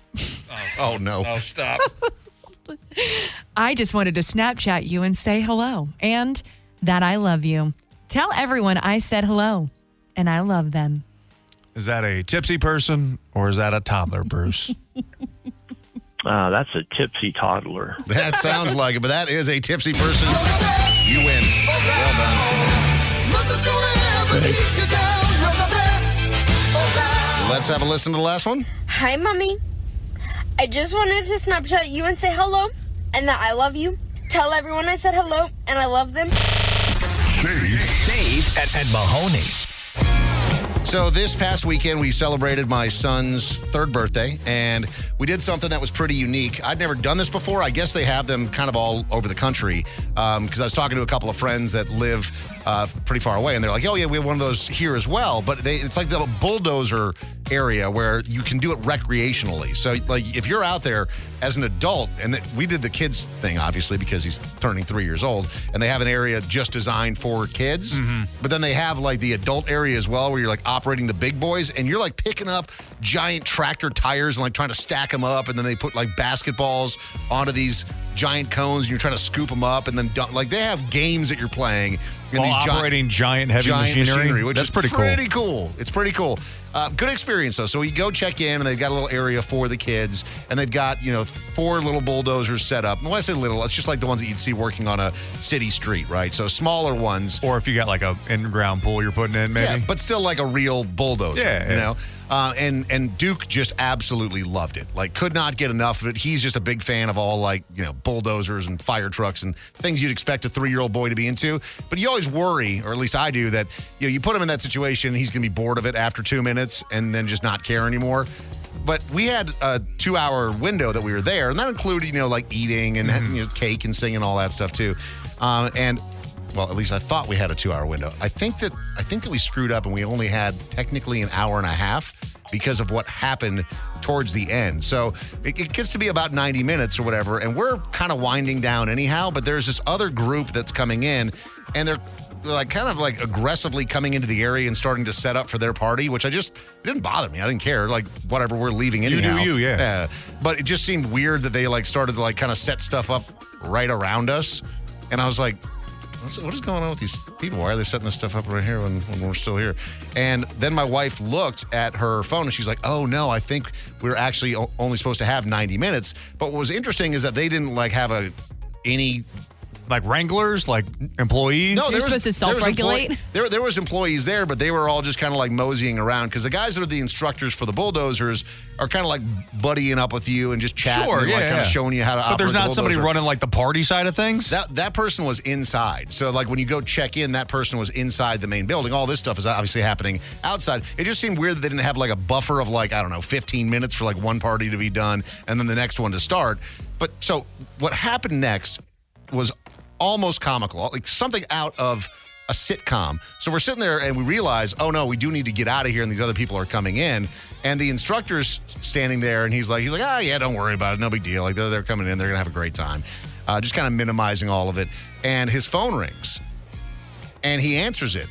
Oh, no. Oh,
stop.
I just wanted to Snapchat you and say hello and that I love you. Tell everyone I said hello and I love them.
Is that a tipsy person or is that a toddler, Bruce?
Uh, that's a tipsy toddler.
That sounds like it, but that is a tipsy person. You win. Well done.
Mother's gonna have a kick you down. You're the best.
Let's Let's have a listen to the last one.
Hi, mommy. I just wanted to Snapchat you and say hello and that I love you. Tell everyone I said hello and I love them.
Dave. Dave and, and Mahoney.
So this past weekend, we celebrated my son's third birthday, and we did something that was pretty unique. I'd never done this before. I guess they have them kind of all over the country because I was talking to a couple of friends that live uh, pretty far away, and they're like, "Oh yeah, we have one of those here as well." But they, it's like the bulldozer area where you can do it recreationally. So like if you're out there as an adult, and th- we did the kids thing obviously because he's turning three years old, and they have an area just designed for kids, but then they have like the adult area as well where you're like operating the big boys, and you're like picking up giant tractor tires and like trying to stack them up, and then they put like basketballs onto these giant cones, and you're trying to scoop them up, and then dump. like they have games that you're playing. and
While
gi-
operating giant heavy machinery?
which
That's
is
pretty cool.
Pretty cool. It's pretty cool. Uh, good experience though. So we go check in, and they've got a little area for the kids, and they've got you know four little bulldozers set up. And when I say little, it's just like the ones that you'd see working on a city street, right? So smaller ones,
or if you got like a in-ground pool you're putting in, maybe.
yeah, but still like a real bulldozer.
Yeah,
you
yeah.
know. Uh, and and Duke just absolutely loved it. Like, could not get enough of it. He's just a big fan of all like you know bulldozers and fire trucks and things you'd expect a three year old boy to be into. But you always worry, or at least I do, that you know you put him in that situation, he's gonna be bored of it after two minutes and then just not care anymore. But we had a two hour window that we were there, and that included you know like eating and
Mm-hmm.
you know, cake and singing all that stuff too. Um, and well, at least I thought we had a two-hour window. I think that I think that we screwed up and we only had technically an hour and a half because of what happened towards the end. So it, it gets to be about 90 minutes or whatever, and we're kind of winding down anyhow. But there's this other group that's coming in, and they're like kind of like aggressively coming into the area and starting to set up for their party, which I just it didn't bother me. I didn't care. Like whatever, we're leaving
do
anyhow.
you, yeah.
Uh, but it just seemed weird that they like started to like kind of set stuff up right around us, and I was like, What's, what is going on with these people? Why are they setting this stuff up right here when, when we're still here? And then my wife looked at her phone and she's like, oh no, I think we're actually o- only supposed to have 90 minutes. But what was interesting is that they didn't like have a any
like wranglers, like employees.
no, there was- there was employ-
self-regulate?
There, there was employees there, but they were all just kind of like moseying around because the guys that are the instructors for the bulldozers are kind of like buddying up with you and just chatting,
Sure,
and, like
yeah,
kind
yeah.
of showing you how to.
But there's
operate the
not somebody
bulldozer.
running like the party side of things.
That that person was inside. So like when you go check in, that person was inside the main building. All this stuff is obviously happening outside. It just seemed weird that they didn't have like a buffer of like I don't know, 15 minutes for like one party to be done and then the next one to start. But so what happened next was almost comical, like something out of a sitcom. So we're sitting there and we realize, oh no, we do need to get out of here, and these other people are coming in. And the instructor's standing there, and he's like, he's like, ah, yeah, don't worry about it, no big deal. Like they're, they're coming in, they're gonna have a great time, uh, just kind of minimizing all of it. And his phone rings, and he answers it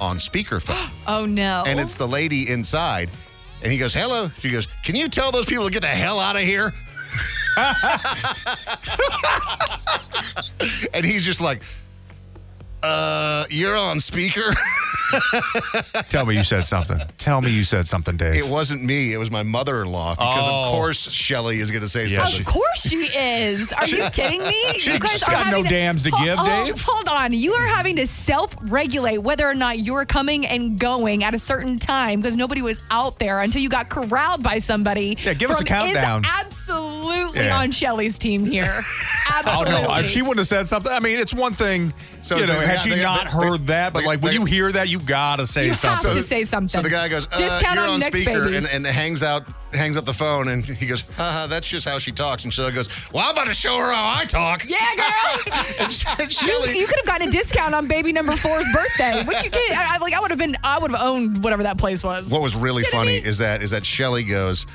on speakerphone,
Oh no.
and it's the lady inside, and he goes, hello. She goes, can you tell those people to get the hell out of here? and he's just like, uh, you're on speaker.
Tell me you said something. Tell me you said something, Dave.
It wasn't me. It was my mother-in-law. Because
Oh.
of course Shelly is going to say
Yeah,
something.
Of course she is. Are you kidding me?
She-
You guys
she's
are
got no
having
dams to
Hold-
give,
hold-
Dave.
Hold on. You are having to self-regulate whether or not you're coming and going at a certain time because nobody was out there until you got corralled by somebody.
Yeah, give us
from-
a countdown.
It's absolutely
Yeah.
on Shelly's team here.
Oh
absolutely.
no! If she wouldn't have said something, I mean, it's one thing.
So
you know,
they- they-
had she
they-
not
they-
heard that, but
they-
like when
they-
you hear that, you gotta say
you have
something.
to say something.
So the guy goes, uh,
Discount
"You're
on
on,
next
speaker,"
babies.
and, and hangs out, hangs up the phone, and he goes, "Haha, that's just how she talks." And Shelly goes, "Well, I'm about to show her how I talk."
Yeah, girl.
and Sh- and
You,
Shelly,
you could have gotten a discount on baby number four's birthday, which you can't. I, I- like I would have been, I would have owned whatever that place was.
what was really funny is that is that Shelly goes,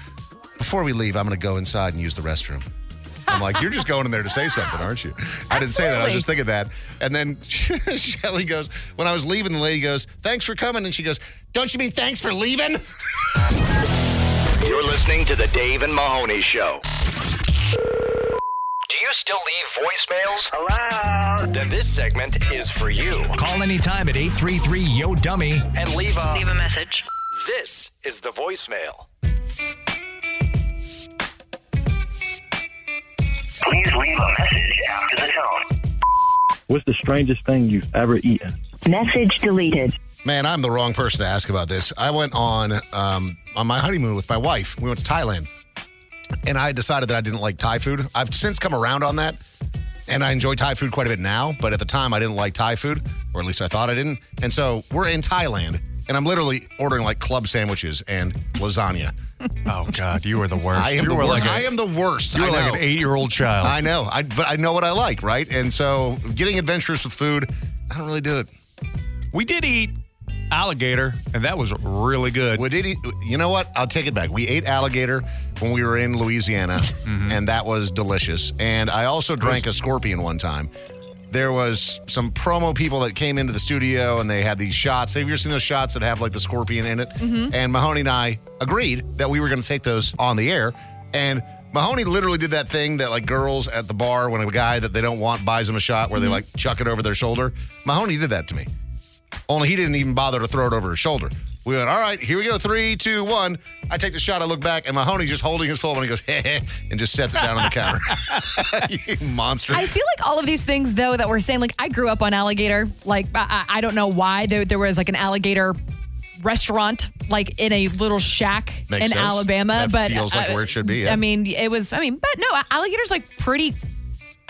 "Before we leave, I'm going to go inside and use the restroom." I'm like, "You're just going in there to say something, aren't you?" I didn't say that. I was just thinking that. And then Shelly goes, "When I was leaving, the lady goes, "Thanks for coming." And she goes, "Don't you mean thanks for leaving?"
You're listening to the Dave and Mahoney Show. Do you still leave voicemails? Hello? Then this segment is for you. Call anytime at 833 Yo Dummy and leave a leave a message. This is the voicemail.
Please leave a message after the tone.
What's the strangest thing you've ever eaten?
Message deleted.
Man, I'm the wrong person to ask about this. I went on um, on my honeymoon with my wife. We went to Thailand, and I decided that I didn't like Thai food. I've since come around on that, and I enjoy Thai food quite a bit now. But at the time, I didn't like Thai food, or at least I thought I didn't. And so we're in Thailand, and I'm literally ordering like club sandwiches and lasagna.
Oh God, you are the worst.
I am
you
the
were
worst.
Like a-
I am the worst.
You were
I
like an
know.
eight-year-old child.
I know, I, but I know what I like, right? And so getting adventurous with food, I don't really do it.
We did eat alligator, and that was really good.
We did eat, you know what? I'll take it back. We ate alligator when we were in Louisiana, and that was delicious. And I also drank a scorpion one time. There was some promo people that came into the studio and they had these shots. Have you ever seen those shots that have like the scorpion in it?
Mhm.
And Mahoney and I agreed that we were going to take those on the air. And Mahoney literally did that thing that like girls at the bar when a guy that they don't want buys them a shot where they like chuck it over their shoulder. Mahoney did that to me. Only he didn't even bother to throw it over his shoulder. We went, all right, here we go, three, two, one. I take the shot, I look back, and Mahoney's just holding his phone, and he goes, heh, heh, and just sets it down on the counter. you monster.
I feel like all of these things, though, that we're saying, like I grew up on alligator. Like I, I I don't know why there, there was like an alligator restaurant, like in a little shack
Makes
in
sense.
Alabama.
That
but
feels like
uh,
where it should be, yeah.
I mean, it was. I mean, but no, alligators like pretty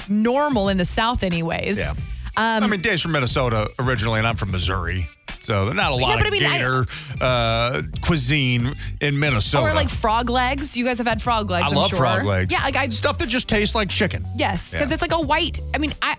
normal in the South, anyways.
Yeah.
Um,
I mean, Dave's from Minnesota originally, and I'm from Missouri. So there's not a lot
but
of
I mean, I-
gator uh, cuisine in
Oh,
Minnesota.
or like frog legs. You guys have had frog legs.
I
am
love
sure.
frog legs.
Yeah, like I've
stuff that just tastes like chicken.
Yes, because
Yeah.
it's like a white. I mean, I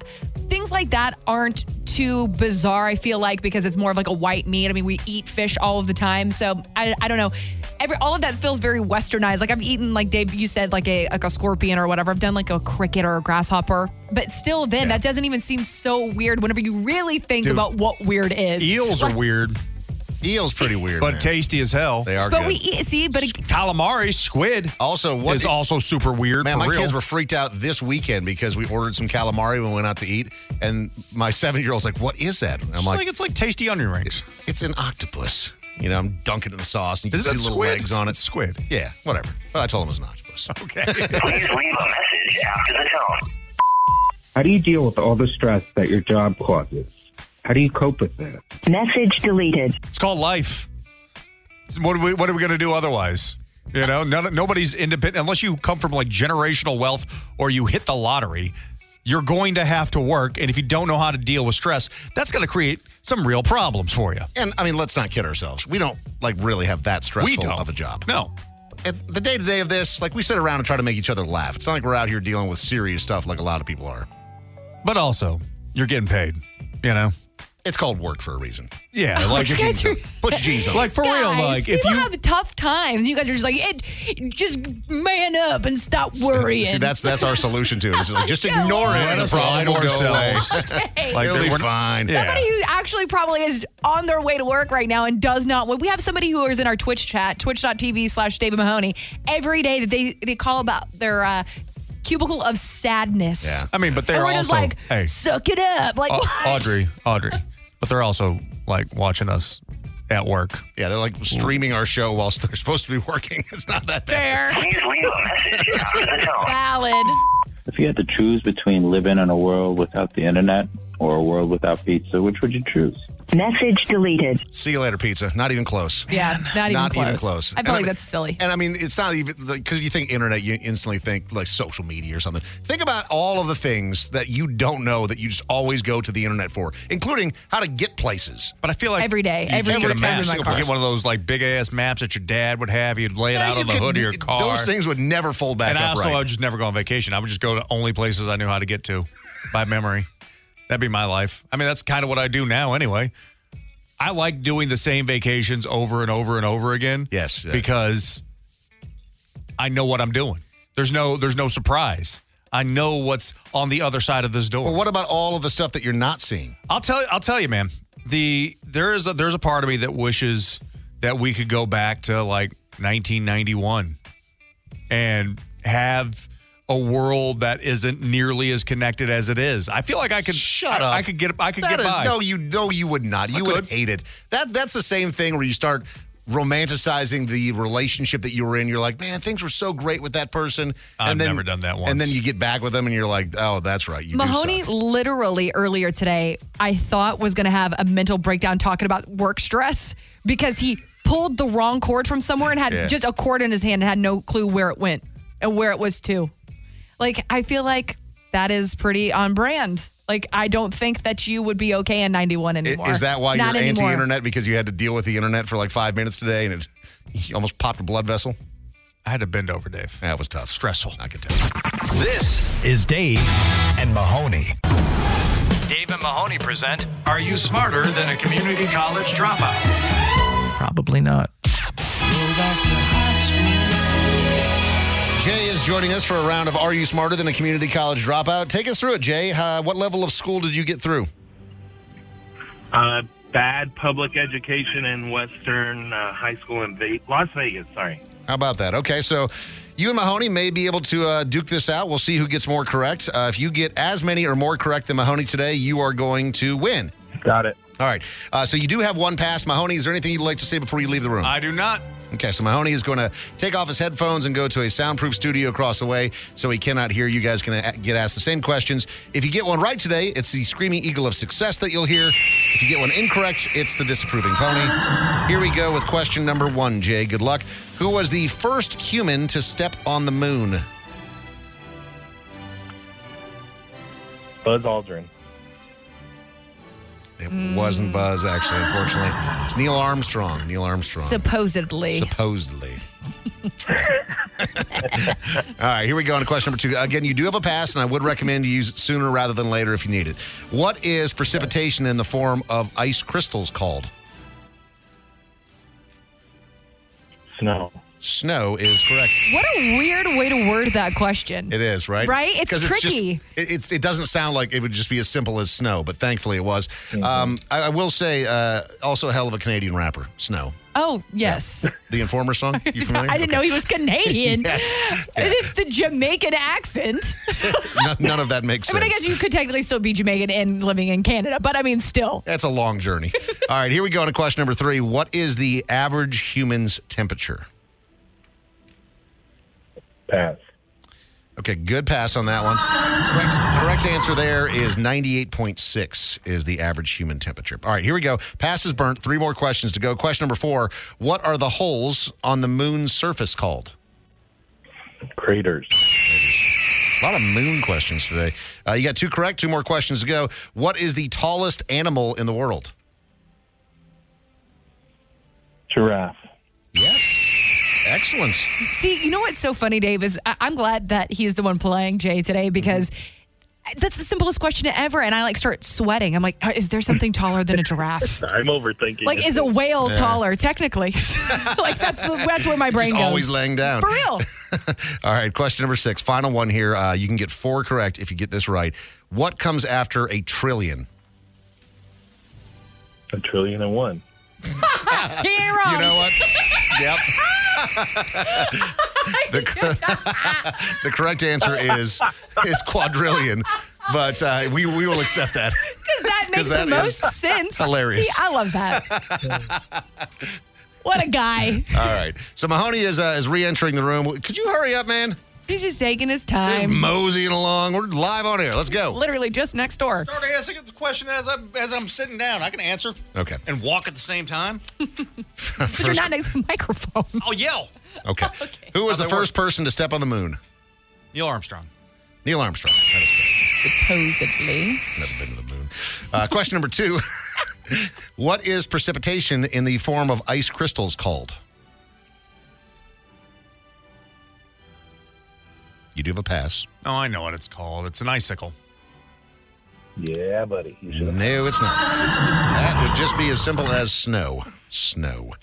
things like that aren't too bizarre. I feel like because it's more of like a white meat. I mean, we eat fish all of the time, so I, I don't know. Every all of that feels very westernized. Like I've eaten like Dave, you said like a like a scorpion or whatever. I've done like a cricket or a grasshopper, but still, then that doesn't even seem so weird. Whenever you really think
Dude,
about what weird is,
Eels are weird.
Eels pretty weird,
but tasty as hell. They
are.
But we eat, see, but it,
calamari, squid.
Also, what
is also super weird.
Man,
for
my
real.
kids were freaked out this weekend because we ordered some calamari when we went out to eat, and my seven-year-old's like, "What is that?" And I'm
It's like, it's like tasty onion rings.
It's an octopus. You know, I'm dunking it in the sauce, and you
Is
can
that
see little
squid?
legs on it.
Squid.
Yeah, whatever. But I told him it's an octopus.
Okay.
Please leave a message after the tone.
How do you deal with all the stress that your job causes? How do you cope with that?
Message deleted.
It's called life. What are we, what are we going to do otherwise? You know, none, nobody's independent unless you come from like generational wealth or you hit the lottery. You're going to have to work, and if you don't know how to deal with stress, that's going to create some real problems for you.
And I mean, let's not kid ourselves. We don't like really have that stressful
don't.
of a job.
No.
At the day to day of this, like we sit around and try to make each other laugh. It's not like we're out here dealing with serious stuff like a lot of people are.
But also, you're getting paid. You know,
It's called work for a reason.
Yeah, like
put your jeans on. Put your jeans on.
Like for
Oh, guys,
real, like if
people
you
have tough times, you guys are just like, it, just man up and stop worrying.
See, that's that's our solution to it. It's like, just ignore it.
Let
and the
us
problem
line
will go away.
ourselves.
like
they
It'll be
were-
fine.
Somebody who actually probably is on their way to work right now and does not. We have somebody who is in our Twitch chat, twitch.tv slash David Mahoney, every day that they, they call about their uh, cubicle of sadness.
Yeah. I mean, but they're
And we're
also
just like,
hey,
suck it up. Like,
Au-
what?
Audrey, Audrey, but they're also like watching us at work.
Yeah, they're like streaming our show whilst they're supposed to be working. It's not that
Fair.
Please leave a message after the tone.
Valid.
If you had to choose between living in a world without the internet or a world without pizza, which would you choose?
Message deleted.
See you later, pizza. Not even close.
Yeah, not even
not
close.
even close.
I
And
feel like
mean-
that's silly.
And I mean, it's not even because you think internet, you instantly think like social media or something. Think about all of the things that you don't know that you just always go to the internet for, including how to get places.
But I feel like
Every day.
you
Every
just get a
every
map.
time in my
You get
car.
one of those like big ass maps that your dad would have. You'd lay it
Yeah,
out
you
on the
could-
hood of your car.
Those things would never fold back
and
up.
I also,
right.
I would just never go on vacation. I would just go to only places I knew how to get to by memory. That'd be my life. I mean, that's kind of what I do now anyway. I like doing the same vacations over and over and over again.
Yes. yeah.
Because I know what I'm doing. There's no there's no surprise. I know what's on the other side of this door.
But what about all of the stuff that you're not seeing?
I'll tell you. I'll tell you, man. The there is a, there's a part of me that wishes that we could go back to like 1991 and have a world that isn't nearly as connected as it is. I feel like I could shut I,
up.
I could get I could
That
get
is-
by.
No, you no, you would not. You would hate it. That that's the same thing where you start romanticizing the relationship that you were in. You're like, man, things were so great with that person.
I've never done that
And then
once.
you get back with them and you're like, oh, that's right. You do
Mahoney
suck.
literally earlier today, I thought was going to have a mental breakdown talking about work stress because he pulled the wrong cord from somewhere and had
Yeah.
just a cord in his hand and had no clue where it went and where it was to. Like, I feel like that is pretty on brand. Like, I don't think that you would be okay in 91
I-
anymore.
Is that why
Not
you're
anymore.
anti-internet because you had to deal with the internet for like five minutes today and it you almost popped a blood vessel?
I had to bend over, Dave.
That was tough.
Stressful.
I could tell.
This is Dave and Mahoney. Dave and Mahoney present Are You Smarter Than a Community College Dropout?
Probably not. Jay is joining us for a round of Are You Smarter Than a Community College Dropout? Take us through it, Jay. Uh, what level of school did you get through?
Uh, bad public education in Western uh, High School in Ve- Las Vegas. Sorry.
How about that? Okay, so you and Mahoney may be able to uh, duke this out. We'll see who gets more correct. Uh, if you get as many or more correct than Mahoney today, you are going to win.
Got it.
All right. Uh, so you do have one pass. Mahoney, is there anything you'd like to say before you leave the room? I
do not.
Okay, so Mahoney is going to take off his headphones and go to a soundproof studio across the way so he cannot hear. You guys can a- get asked the same questions. If you get one right today, it's the Screaming Eagle of Success that you'll hear. If you get one incorrect, it's the Disapproving Pony. Here we go with question number one, Jay. Good luck. Who was the first human to step on the moon?
Buzz Aldrin.
It wasn't Buzz, actually, unfortunately. It's Neil Armstrong. Neil Armstrong.
Supposedly.
Supposedly. All right, here we go on to question number two. Again, you do have a pass, and I would recommend you use it sooner rather than later if you need it. What is precipitation in the form of ice crystals called?
Snow.
Snow is correct.
what a weird way to word that question.
It is, right?
Right? It's
'Cause just-
tricky.
it, it's, it doesn't sound like it would just be as simple as snow, but thankfully it was. Um, I, I will say, uh, also a hell of a Canadian rapper, Snow.
Oh, yes.
The Informer song? You familiar?
I didn't know he was Canadian.
Yes.
And it's the Jamaican accent.
None, none of that makes
I mean,
sense.
I guess you could technically still be Jamaican and living in Canada, but I mean, still.
That's a long journey. All right, here we go on to question number three. What is the average human's temperature?
Pass.
Okay, good pass on that one. Correct, correct answer there is 98.6 is the average human temperature. All right, here we go. Pass is burnt. Three more questions to go. Question number four What are the holes on the moon's surface called?
Craters.
A lot of moon questions today. Uh, you got two correct, two more questions to go. What is the tallest animal in the world?
Giraffe.
Yes. Excellent.
See, you know what's so funny, Dave, is I- I'm glad that he's the one playing Jay today because
Mm-hmm.
that's the simplest question ever. And I like start sweating. I'm like, "Uh, is there something taller than a giraffe?
I'm overthinking.
Like, is a whale
Yeah.
taller, technically? like, that's, the, that's where my
Just
brain goes.
always laying down.
For real.
All right, question number six, final one here. Uh, you can get four correct if you get this right. What comes after a trillion?
A trillion and one.
You know what? yep. the, the correct answer is is quadrillion, but uh, we we will accept that.
Because that
'Cause
makes
that
the most
is
sense.
hilarious.
See, I love that. what a guy.
All right. So Mahoney is uh, is re-entering the room. Could you hurry up, man?
He's just taking his time.
Moseying along. We're live on air. Let's go.
Literally just next door.
Start asking the question as I'm, as I'm sitting down. I can answer
Okay.
and walk at the same time.
But you're not next to the microphone.
I'll yell.
Okay. Who was the first person to step on the moon?
Neil Armstrong.
Neil Armstrong. That is correct.
Supposedly.
Never been to the moon. Uh, question number two What is precipitation in the form of ice crystals called? You do have a pass.
Oh, I know what it's called. It's an icicle.
Yeah, buddy.
No, it's not. That would just be as simple as snow. Snow.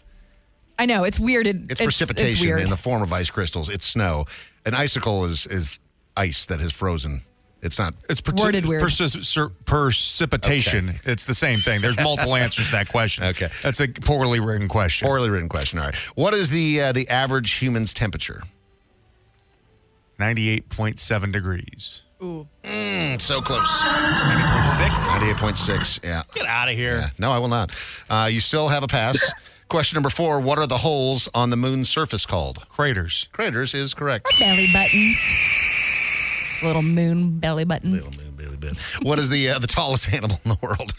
I know it's weird. It-
It's, precipitation
It's weird.
in the form of ice crystals. It's snow. An icicle is is ice that has frozen. It's not.
It's
Worded weird.
persis- sur- precipitation. It's the same thing. There's multiple answers to that question. Okay. That's a poorly written question.
Poorly written question. All right. What is the uh, the average human's temperature?
98.7 degrees.
Ooh.
Mm, so close.
98.6?
98.6, yeah.
Get out of here.
No, I will not. Uh, you still have a pass. Question number four What are the holes on the moon's surface called?
Craters.
Craters is correct.
Belly buttons. Just a little moon belly button. Little
moon belly button. what is the uh, the tallest animal in the world?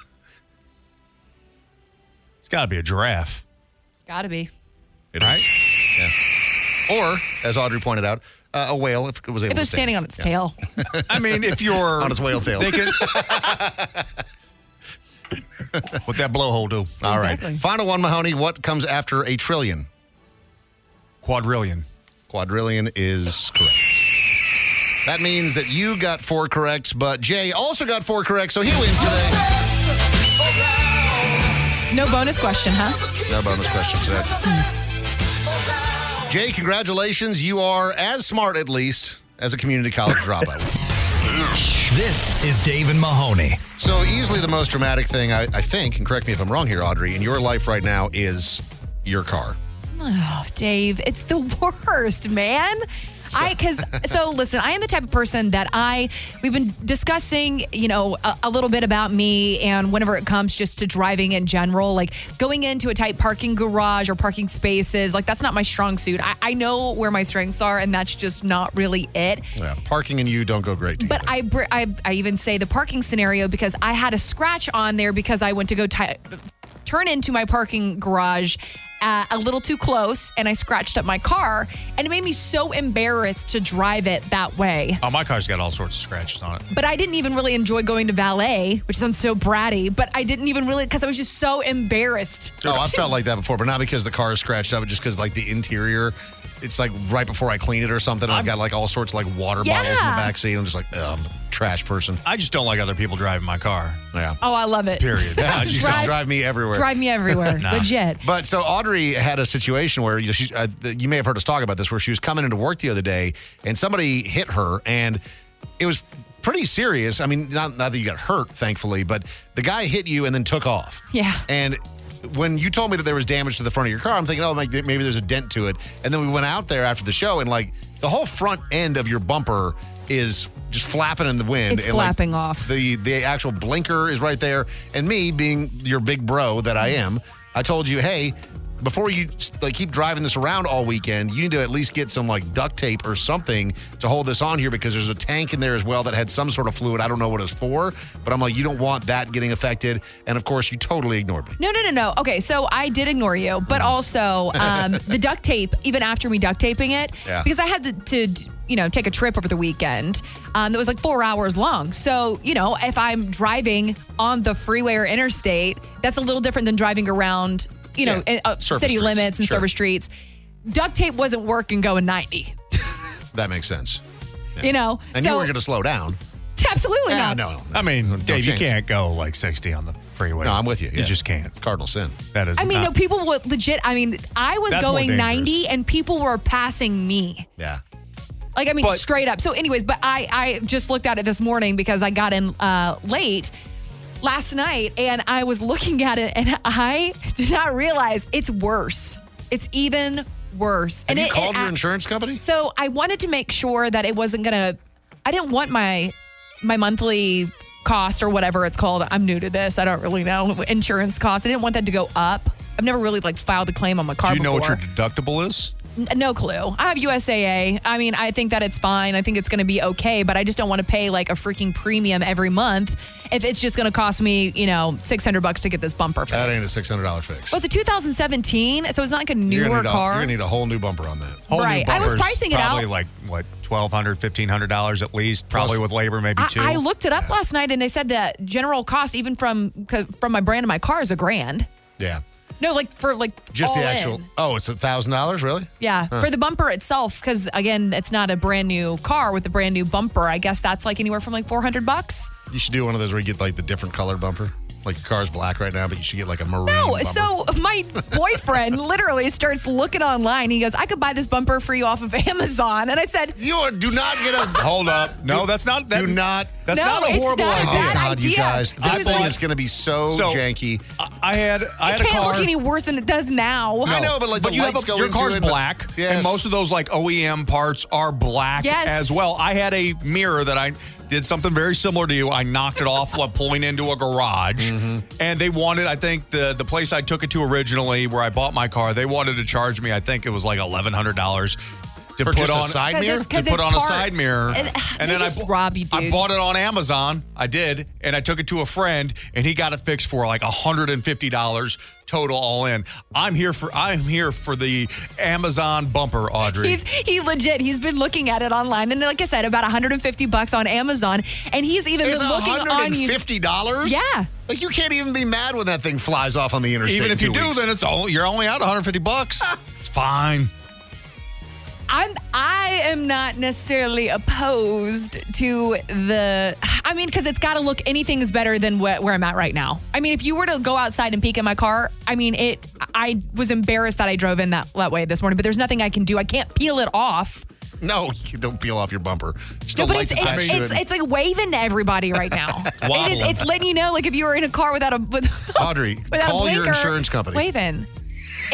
It's got to be a giraffe.
It's got to be.
It is. Yeah. Or, as Audrey pointed out, uh, a whale if it was able
If
to
it's standing on its tail.
stand.
I mean, if you're
on its whale tail.
They can- what that blowhole do?
All right.
Exactly.
Final one, Mahoney. What comes after a trillion?
Quadrillion.
Quadrillion is correct. That means that you got four correct, but Jay also got four correct, so he wins today.
No bonus question, huh?
No bonus questions today. Jay, congratulations. You are as smart, at least, as a community college dropout.
This is Dave and Mahoney.
So easily the most dramatic thing I, I think, and correct me if I'm wrong here, Audrey, in your life right now is your car.
Oh, Dave, it's the worst, man. I because so listen, I am the type of person that I we've been discussing, you know, a, a little bit about me and whenever it comes just to driving in general, like going into a tight parking garage or parking spaces, like that's not my strong suit. I, I know where my strengths are, and that's just not really it.
Yeah, parking and you don't go great.
But I, br- I, I even say the parking scenario because I had a scratch on there because I went to go ti- turn into my parking garage uh, a little too close and I scratched up my car and it made me so embarrassed to drive it that way.
Oh, my car's got all sorts of scratches on it.
But I didn't even really enjoy going to valet, which sounds so bratty, but I didn't even really because I was just so embarrassed.
Oh, I felt like that before, but not because the car is scratched up, but just because like the interior, it's like right before I clean it or something. and I've got like all sorts of like water bottles in the
Yeah.
back seat. I'm just like, "Ugh, I'm a trash person.
I just don't like other people driving my car.
Yeah.
Oh, I love it.
Period.
Yeah, you
Drive-
drive, drive me everywhere.
Drive me everywhere.
Nah.
Legit.
But so Audrey had a situation where you know, she, uh, you may have heard us talk about this, where she was coming into work the other day and somebody hit her, and it was pretty serious. I mean, not, not that you got hurt, thankfully, but the guy hit you and then took off.
Yeah.
And when you told me that there was damage to the front of your car, I'm thinking, oh, like, maybe there's a dent to it. And then we went out there after the show, and like the whole front end of your bumper is just flapping in the wind.
It's
and, like,
flapping off.
the the actual blinker is right there, and me being your big bro that I am, I told you, hey, before you like keep driving this around all weekend, you need to at least get some like duct tape or something to hold this on here because there's a tank in there as well that had some sort of fluid. I don't know what it's for, but I'm like, you don't want that getting affected, and of course, you totally ignored me.
No, no, no, no. Okay, so I did ignore you,
Mm.
but also um, the duct tape, even after me duct taping it,
Yeah.
because I had to, to, you know, take a trip over the weekend um, that was like four hours long. So, you know, if I'm driving on the freeway or interstate, that's a little different than driving around, you know,
Yeah,
in, uh,
surface
city
streets,
limits and
sure.
service streets. Duct tape wasn't working going 90,
That makes sense. Yeah.
you know?
And
so,
you weren't going to slow down.
absolutely
Yeah,
not.
no, no,
I mean, Dave, you
chance.
can't go like 60 on the freeway.
No, I'm with you.
You
Yeah.
just can't.
Cardinal sin.
That is.
I mean, no,
not-
people were legit. I mean, I was
That's more
going
dangerous.
90 and people were passing me.
Yeah.
Like I mean,
But-
straight up. So, anyways, but I I just looked at it this morning because I got in uh, late last night, and I was looking at it, and I did not realize it's worse. It's even worse.
Have
and
you
it,
called
it-
your insurance company?
So I wanted to make sure that it wasn't gonna. I didn't want my my monthly cost or whatever it's called. I'm new to this. I don't really know insurance cost. I didn't want that to go up. I've never really like filed a claim on my car.
Do you know what
before.
your deductible is?
N- No clue. I have USAA. I mean, I think that it's fine. I think it's going to be okay, but I just don't want to pay like a freaking premium every month if it's just going to cost me, you know, 600 bucks to get this bumper fixed.
That ain't a six hundred dollar fix.
well, it's a 2017, so it's not like a newer
you're gonna need a-
car.
you're gonna need a whole new bumper on that.
Whole new
Right. I was
bumper's
pricing it out.
Probably like what 1200 $1,500 dollars at least. Probably
Plus-
with labor, maybe two.
I, I looked it up last night and they said the general cost, even from co- from my brand of my car, is a grand.
Yeah.
No, like for like
Just the
all
actual.
in.
Oh, it's a thousand dollars, really?
Yeah,
Huh.
for the bumper itself, because again, it's not a brand new car with a brand new bumper. I guess that's like anywhere from like 400 bucks.
You should do one of those where you get like the different colored bumper. Like your car's black right now, but you should get like a maroon.
No,
bumper.
so my boyfriend literally starts looking online. He goes, I could buy this bumper for you off of Amazon. And I said,
you are, do not get a.
Hold up. Uh, No, that's not. That,
do not. Oh,
That's
No,
not a
it's
horrible
not
idea.
that
God, you
idea.
guys,
I
this thing
bought-
is going to be so,
So-
janky.
I had. I had
it
a
can't
car.
look any worse than it does now.
I know, but like the
you
lights
a-
go
your
into
car's
it, but-
black,
Yes.
and most of those like OEM parts E are black
Yes.
as well. I had a mirror that I did something very similar to you. I knocked it off while pulling into a garage,
Mm-hmm.
and they wanted. I think the the place I took it to originally, where I bought my car, they wanted to charge me. I think it was like eleven hundred dollars. To
For
put
just a
on
side
to
mirror? 'Cause it's- 'cause
put
it's
on a
part-
side mirror,
And-
they
I
just
bu-
rob you,
I
dude.
bought it on Amazon. I did, and I took it to a friend, and he got it fixed for like hundred and fifty dollars total, all in. I'm here for I'm here for the Amazon bumper, Audrey.
He's he legit. He's been looking at it online, and like I said, about 150 bucks on Amazon, and he's even
It's
been looking on you.
$150?
Yeah.
Like, you can't even be mad when that thing flies off on the interstate. in
Even if you
two
do,
weeks.
then it's all you're only out 150 bucks. Fine.
I'm I am not necessarily opposed to the I mean cuz it's got to look anything is better than wh- where I'm at right now. I mean if you were to go outside and peek at my car, I mean it I was embarrassed that I drove in that, that way this morning, but there's nothing I can do. I can't peel it off.
No, you don't peel off your bumper.
No,
Still
but
lights
it's
attached
it's,
to
it's
it.
it's like waving to everybody right now. it is
Wobbling.
it's letting you know like if you were in a car without a with,
Audrey,
without a
call your
blinker,
insurance company.
It's waving. It-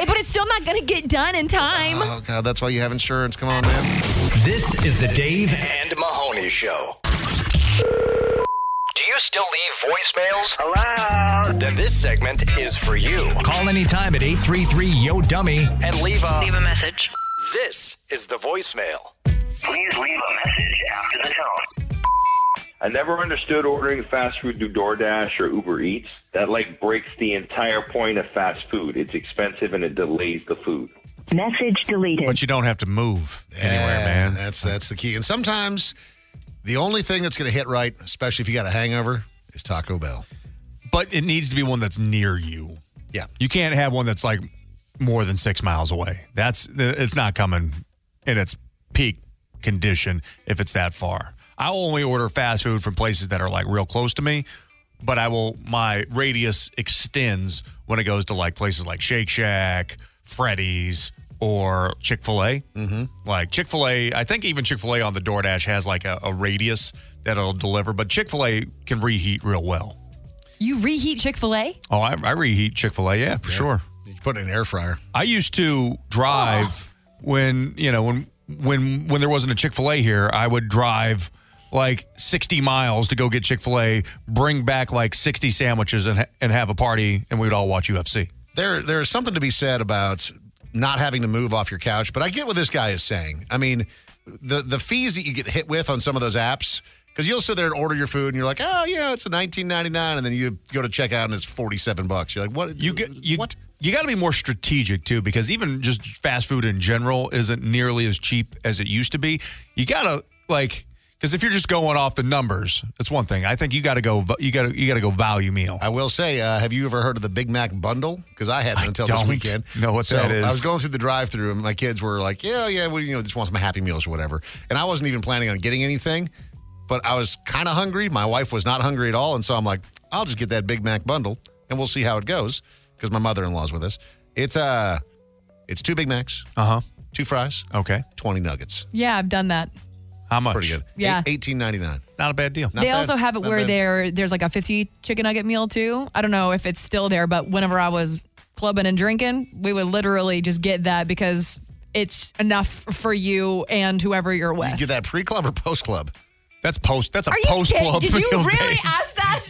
but it's still not going to get done in time.
Oh, God, that's why you have insurance. Come on, man.
This is the Dave and Mahoney Show. Do you still leave voicemails? Hello? Then this segment is for you. Call anytime at 833 Yo Dummy and leave a, leave a message. This is the voicemail.
Please leave a message after the tone.
I never understood ordering fast food through DoorDash or Uber Eats. That like breaks the entire point of fast food. It's expensive and it delays the food.
Message deleted.
But you don't have to move
anywhere, man. That's that's the key. And sometimes the only thing that's going to hit right, especially if you got a hangover, is Taco Bell.
But it needs to be one that's near you.
Yeah.
You can't have one that's like more than six miles away. That's uh, it's not coming in its peak condition if it's that far. I will only order fast food from places that are like real close to me, but I will my radius extends when it goes to like places like Shake Shack, Freddy's, or Chick Fil A. Mm-hmm. Like Chick Fil A, I think even Chick Fil A on the DoorDash has like a, a radius that'll deliver, but Chick Fil A can reheat real well.
You reheat Chick-fil-A?
Oh, I, I reheat Chick Fil A. Yeah, for sure.
You can put it in an air fryer.
I used to drive when you know when when when there wasn't a Chick Fil A here. I would drive like sixty miles to go get Chick Fil A, bring back like sixty sandwiches, and ha- and have a party, and we would all watch UFC.
There there is something to be said about not having to move off your couch, but I get what this guy is saying. I mean, the the fees that you get hit with on some of those apps because you'll sit there and order your food and you're like, oh yeah, it's a 19.99, and then you go to check out and it's 47 bucks. You're like, what?
You get you what? You got to be more strategic too, because even just fast food in general isn't nearly as cheap as it used to be. You got to like. Because if you're just going off the numbers, that's one thing. I think you got to go. You got to you got to go value meal.
I will say, uh, have you ever heard of the Big Mac bundle? Because I hadn't until this
don't
weekend.
know what
so
that is.
I was going through the drive-through, and my kids were like, "Yeah, yeah, we you know just want some Happy Meals or whatever." And I wasn't even planning on getting anything, but I was kind of hungry. My wife was not hungry at all, and so I'm like, "I'll just get that Big Mac bundle, and we'll see how it goes." Because my mother-in-law's with us. It's uh, it's two Big Macs,
uh huh,
two fries,
okay,
twenty nuggets.
Yeah, I've done that.
How much?
Pretty good.
Yeah.
eighteen ninety nine. It's
not a bad deal.
they also have it where there there's like a 50 chicken nugget meal too. I don't know if it's still there, but whenever I was clubbing and drinking, we would literally just get that because it's enough for you and whoever you're with.
You get that pre-club or post-club?
That's post. That's a
Are you
post
kidding?
club.
Did you
meal
really
date.
ask that?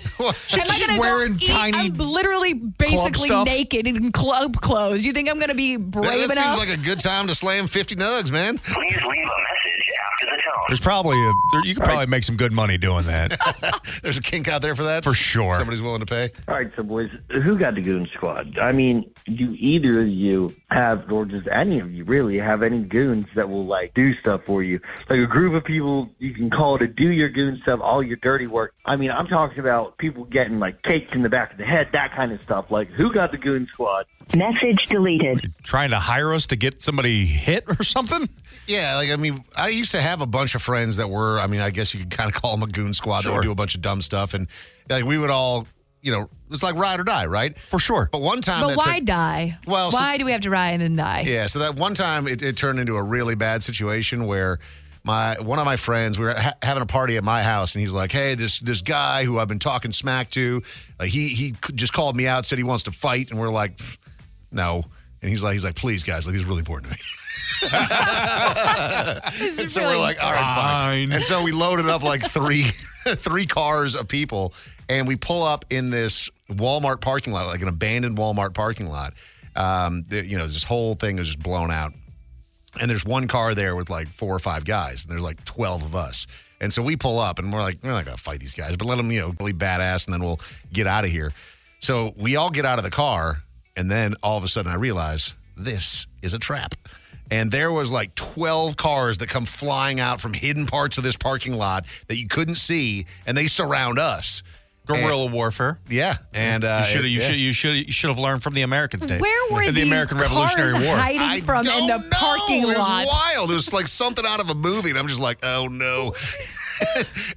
She's
Am I gonna
wearing
go eat?
tiny
I'm literally basically
stuff?
naked in club clothes. You think I'm gonna be brave
That, that
enough?
seems like a good time to slam fifty nugs, man.
Please leave a message after the tone.
There's probably a there, you could probably make some good money doing that.
There's a kink out there for that.
For sure.
Somebody's willing to pay.
All right, so boys, who got the goon squad? I mean, do either of you have, or just any of you really, have any goons that will like do stuff for you? Like a group of people you can call to do your goon stuff, all your dirty work. I mean, I'm talking about people getting like caked in the back of the head, that kind of stuff. Like, who got the goon squad?
Message deleted.
Trying to hire us to get somebody hit or something.
Yeah, like I mean, I used to have a bunch of friends that were, I mean, I guess you could kind of call them a goon squad that would do a bunch of dumb stuff, and like we would all, you know, it's like ride or die, right? For
sure.
But one time,
but
that
why
took-
die?
Well, so-
why do we have to die and then die?
yeah, so that one time it, it turned into a really bad situation where my one of my friends we were ha- having a party at my house and he's like, "Hey, this this guy who I've been talking smack to, uh, he he c- just called me out, said he wants to fight," and we're like, "Pff, "No." And he's like, he's like, please, guys, like this is really important to me. and so we're like, all right, fine. And so we loaded up like three three cars of people, and we pull up in this Walmart parking lot, like an abandoned Walmart parking lot. Um, the- you know, this whole thing is just blown out. And there's one car there with like four or five guys, and there's like 12 of us. And so we pull up and we're like, we're not going to fight these guys, but let them, you know, be badass and then we'll get out of here. So we all get out of the car. And then all of a sudden I realize this is a trap. And there was like 12 cars that come flying out from hidden parts of this parking lot that you couldn't see, and they surround us.
Guerrilla
warfare. Yeah. And uh,
you should you
yeah.
should you should you should have learned from the Americans. Dave.
Where were
In the
these
American
cars
Revolutionary War?
hiding from in the parking
It
lot?
was wild. It was like something out of a movie, and I'm just like, oh no.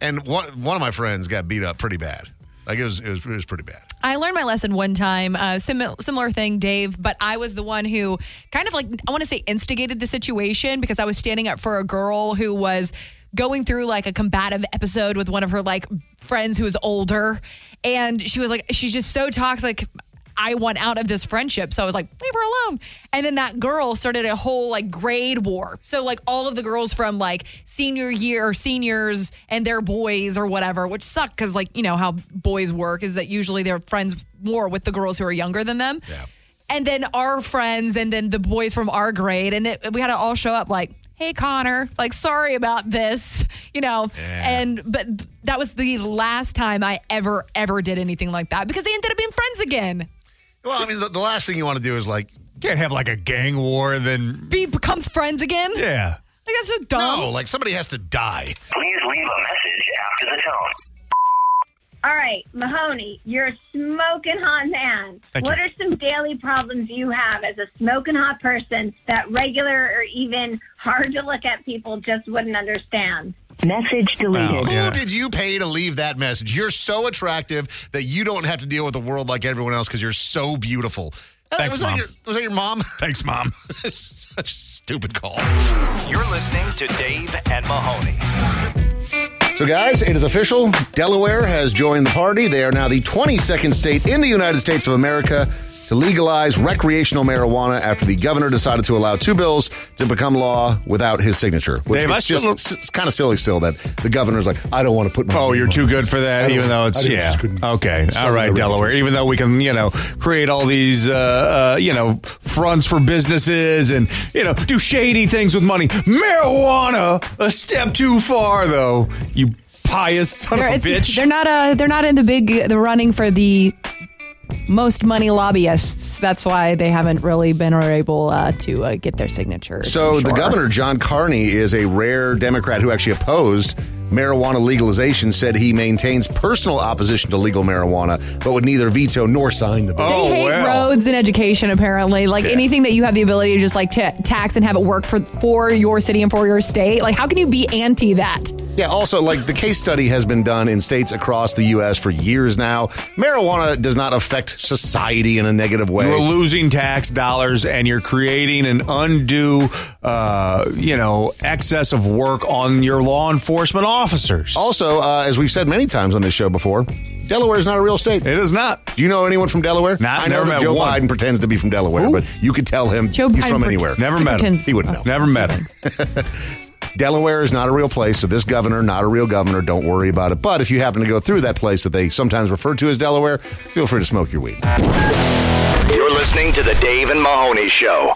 and one one of my friends got beat up pretty bad. Like it was it was, it was pretty bad.
I learned my lesson one time, uh, simi- similar thing, Dave, but I was the one who kind of like, I want to say instigated the situation because I was standing up for a girl who was going through like a combative episode with one of her like friends who was older. And she was like, she's just so toxic. I want out of this friendship. So I was like, leave her alone. And then that girl started a whole like grade war. So like all of the girls from like senior year or seniors and their boys or whatever, which sucked because like, you know, how boys work is that usually they're friends more with the girls who are younger than them. And then our friends and then the boys from our grade. And it, we had to all show up like, hey, Connor, like, sorry about this, you know. And, but that was the last time I ever, ever did anything like that because they ended up being friends again.
Well, I mean, the, the last thing you want to do is like
can't have like a gang war and then
be becomes friends again?
Yeah.
Like that's so dumb.
No, like somebody has to die.
Please leave a message after the tone.
All right, Mahoney, you're a smoking hot man.
Thank
what are some daily problems you have as a smoking hot person that regular or even hard to look at people just wouldn't understand?
Message
deleted.
Who did you pay to leave that message? You're so attractive that you don't have to deal with the world like everyone else because you're so beautiful.
Thanks,
was
Mom.
That your, was that your mom?
Thanks, mom.
Such a stupid call.
You're listening to Dave and Mahoney.
So, guys, it is official. Delaware has joined the party. They are now the 22nd state in the United States of America to legalize recreational marijuana after the governor decided to allow two bills to become law without his signature. Which
Dave, I
it's
still
just it's, kind of silly still that the governor's like, I don't want to put my
Oh, you're too good for
I
that,
don't-
even though
I
it's
don't-
yeah.
just couldn't-
Okay,
Some
all
of
right,
the
Delaware. Even though we can, you know, create all these, uh, uh, you know, fronts for businesses and you know do shady things with money. Marijuana, a step too far, though. You pious son
They're-
of a
it's-
bitch.
They're not uh they're not in the big the running for the most money lobbyists. That's why they haven't really been able uh, to uh, get their signature.
So the governor, John Carney, is a rare Democrat who actually opposed marijuana legalization, said he maintains personal opposition to legal marijuana, but would neither veto nor sign the bill.
oh,
they hate roads and education, apparently. Like anything that you have the ability to just like ta tax and have it work for for your city and for your state. Like, how can you be anti that?
Yeah, also, like the case study has been done in states across the U.S. for years now. Marijuana does not affect society in a negative way.
You're losing tax dollars and you're creating an undue, uh, you know, excess of work on your law enforcement officers.
Also, uh, as we've said many times on this show before, Delaware is not a real state. It
is not.
Do you know anyone from Delaware? I know
never
that
met
Joe
one.
Biden pretends to be from Delaware, but you could tell him
Joe
he's
Biden
from
pret-
anywhere.
Never met him. Pretends-
He
Oh,
wouldn't know.
Never met him.
Delaware is not a real place, so this governor, not a real governor, don't worry about it. But if you happen to go through that place that they sometimes refer to as Delaware, feel free to smoke your weed.
You're listening to the Dave and Mahoney Show.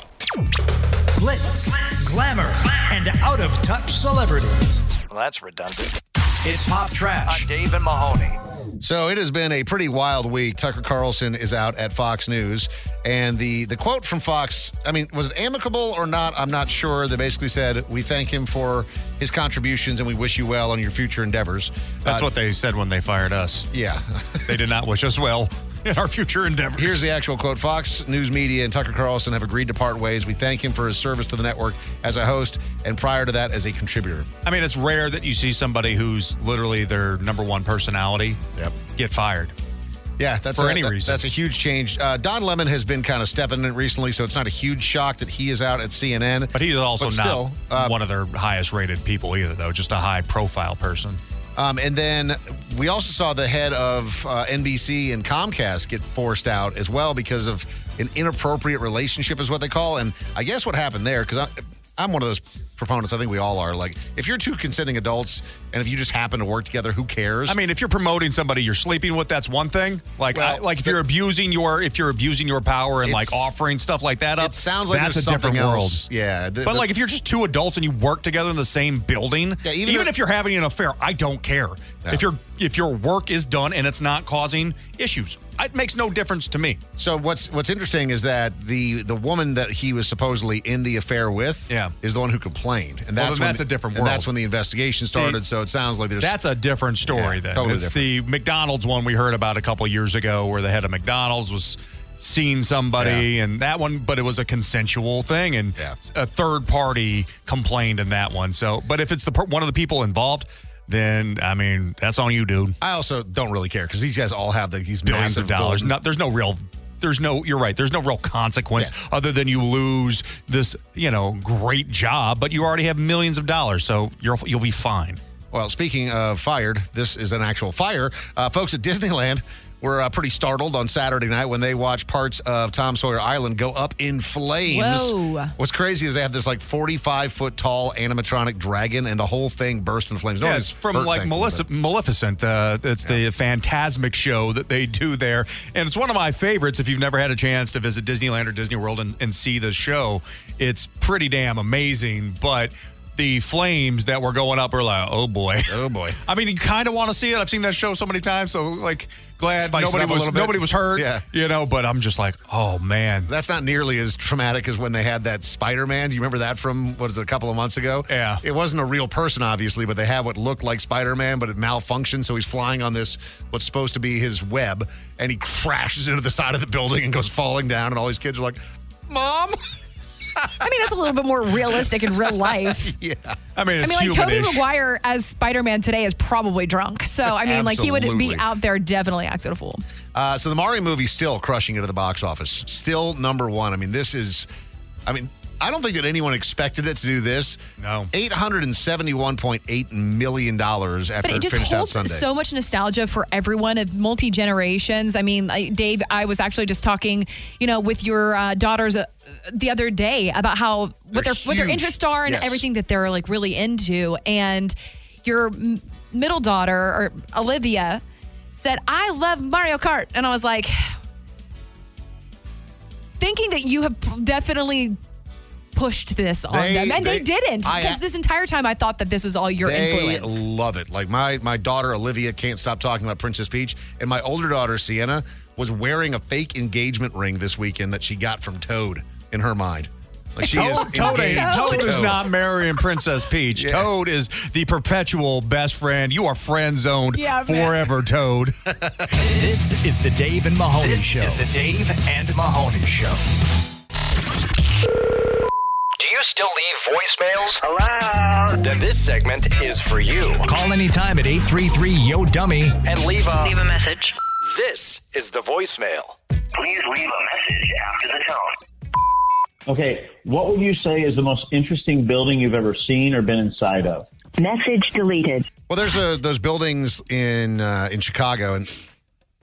Blitz, glamour, and out of touch celebrities. Well, that's redundant. It's pop trash on Dave and Mahoney.
So it has been a pretty wild week. Tucker Carlson is out at Fox News, and the the quote from Fox, I mean, was it amicable or not? I'm not sure. They basically said, "We thank him for his contributions, and we wish you well on your future endeavors."
That's
Uh,
what they said when they fired us.
Yeah.
they did not wish us well in our future endeavors.
Here's the actual quote Fox News Media and Tucker Carlson have agreed to part ways. We thank him for his service to the network as a host and prior to that as a contributor.
I mean, it's rare that you see somebody who's literally their number one personality get fired.
Yeah, that's
For
a,
any
that-
reason.
That's a huge change. Uh, Don Lemon has been kind of stepping in recently, so it's not a huge shock that he is out at CNN.
But uh, he's also
But
not
still,
one of their highest rated people either, though. Just a high profile person.
Um, and then we also saw the head of uh, NBC and Comcast get forced out as well because of an inappropriate relationship, is what they call. And I guess what happened there, because I'm one of those proponents. I think we all are. Like, if you're two consenting adults and if you just happen to work together, who cares?
I mean, if you're promoting somebody you're sleeping with, that's one thing. Like, I, like if you're abusing your if you're abusing your power and like
It's-
offering stuff like that up, it sounds
like
that's
there's
a different
something
world.
else. Yeah, the-
but
the-
like if you're just two adults and you work together in the same building,
Yeah,
even,
even
if,
if-
you're having an affair, I don't care.
Yeah.
If your if your work is done and it's not causing issues, it makes no difference to me.
So what's what's interesting is that the the woman that he was supposedly in the affair with, yeah. is the one who complained, and
Well,
that's
then
when
that's
the-
a different
and
world.
that's when the investigation started. so it sounds like there's
That's a different story.
Yeah,
then
totally
it's the McDonald's one we heard about a couple years ago, where the head of McDonald's was seeing somebody, and that one, but it was a consensual thing, and a third party complained in that one. So, but if it's the per- one of the people involved, then I mean that's on you, dude.
I also don't really care because these guys all have like, these
billions
massive
of dollars.
golden-
No, there's no real. There's no, you're right. There's no real consequence other than you lose this, you know, great job, but you already have millions of dollars, so you're, you'll be fine.
Well, speaking of fired, this is an actual fire. Uh, folks at Disneyland were uh, pretty startled on Saturday night when they watched parts of Tom Sawyer Island go up in flames.
Whoa.
What's crazy is they have this like 45 foot tall animatronic dragon, and the whole thing burst in flames. No,
yeah,
it's
it's from
Bert
like
Franklin,
Melissa, Maleficent. Uh, it's the Phantasmic show that they do there, and it's one of my favorites. If you've never had a chance to visit Disneyland or Disney World and, and see the show, it's pretty damn amazing. But the flames that were going up were like, oh boy,
oh boy.
I mean, you kind of want to see it. I've seen that show so many times, so like glad
Spice it
nobody
up a
was
little bit.
nobody was hurt.
Yeah.
you know. But I'm just like, oh man,
That's not nearly as traumatic as when they had that Spider Man. Do you remember that from, what is it, a couple of months ago? Yeah. It wasn't a real person, obviously, but they had what looked like Spider Man, but it malfunctioned. So he's flying on this, what's supposed to be his web, and he crashes into the side of the building and goes falling down. And all these kids are like, Mom?
I mean, that's a little bit more realistic in real life.
yeah.
I mean,
I
it's
mean, like Toby
humanish.
Maguire as Spider Man today is probably drunk. So, I mean, like, he would be
Absolutely.
out there definitely acting a fool.
Uh, so the Mario movie still crushing it at the box office, still number one. I mean, this is, I mean, I don't think that anyone expected it to do this.
No,
eight hundred and seventy-one point eight million dollars after
But
it,
it just
finished out
holds
Sunday.
so much nostalgia for everyone of multi generations. I mean, I, Dave, I was actually just talking, you know, with your uh, daughters uh, the other day about how what their what their
huge.
interests are and
Yes.
everything that they're like really into. And your m- middle daughter or Olivia said, "I love Mario Kart," and I was like, thinking that you have p- definitely. Pushed this on
They-
them, and they,
they-
didn't.
I-
Because this entire time, I thought that this was all your
they
influence.
love it. Like my my daughter Olivia can't stop talking about Princess Peach, and my older daughter Sienna was wearing a fake engagement ring this weekend that she got from Toad in her mind. Like she is
Toad, Toad, ain't-
engaged to
Toad is not marrying Princess Peach. Toad is the perpetual best friend. You are friend zoned
Yeah, man.
forever, Toad.
This is the Dave and Mahoney this Show. is the Dave and Mahoney Show.
Do you still leave voicemails? Hello?
Then this segment is for you. Call anytime at 833 Yo Dummy and leave a
Leave a message.
This is the voicemail.
Please leave a message after the tone.
Okay, what would you say is the most interesting building you've ever seen or been inside of?
Message deleted. Well, there's the, those buildings in uh, in Chicago, and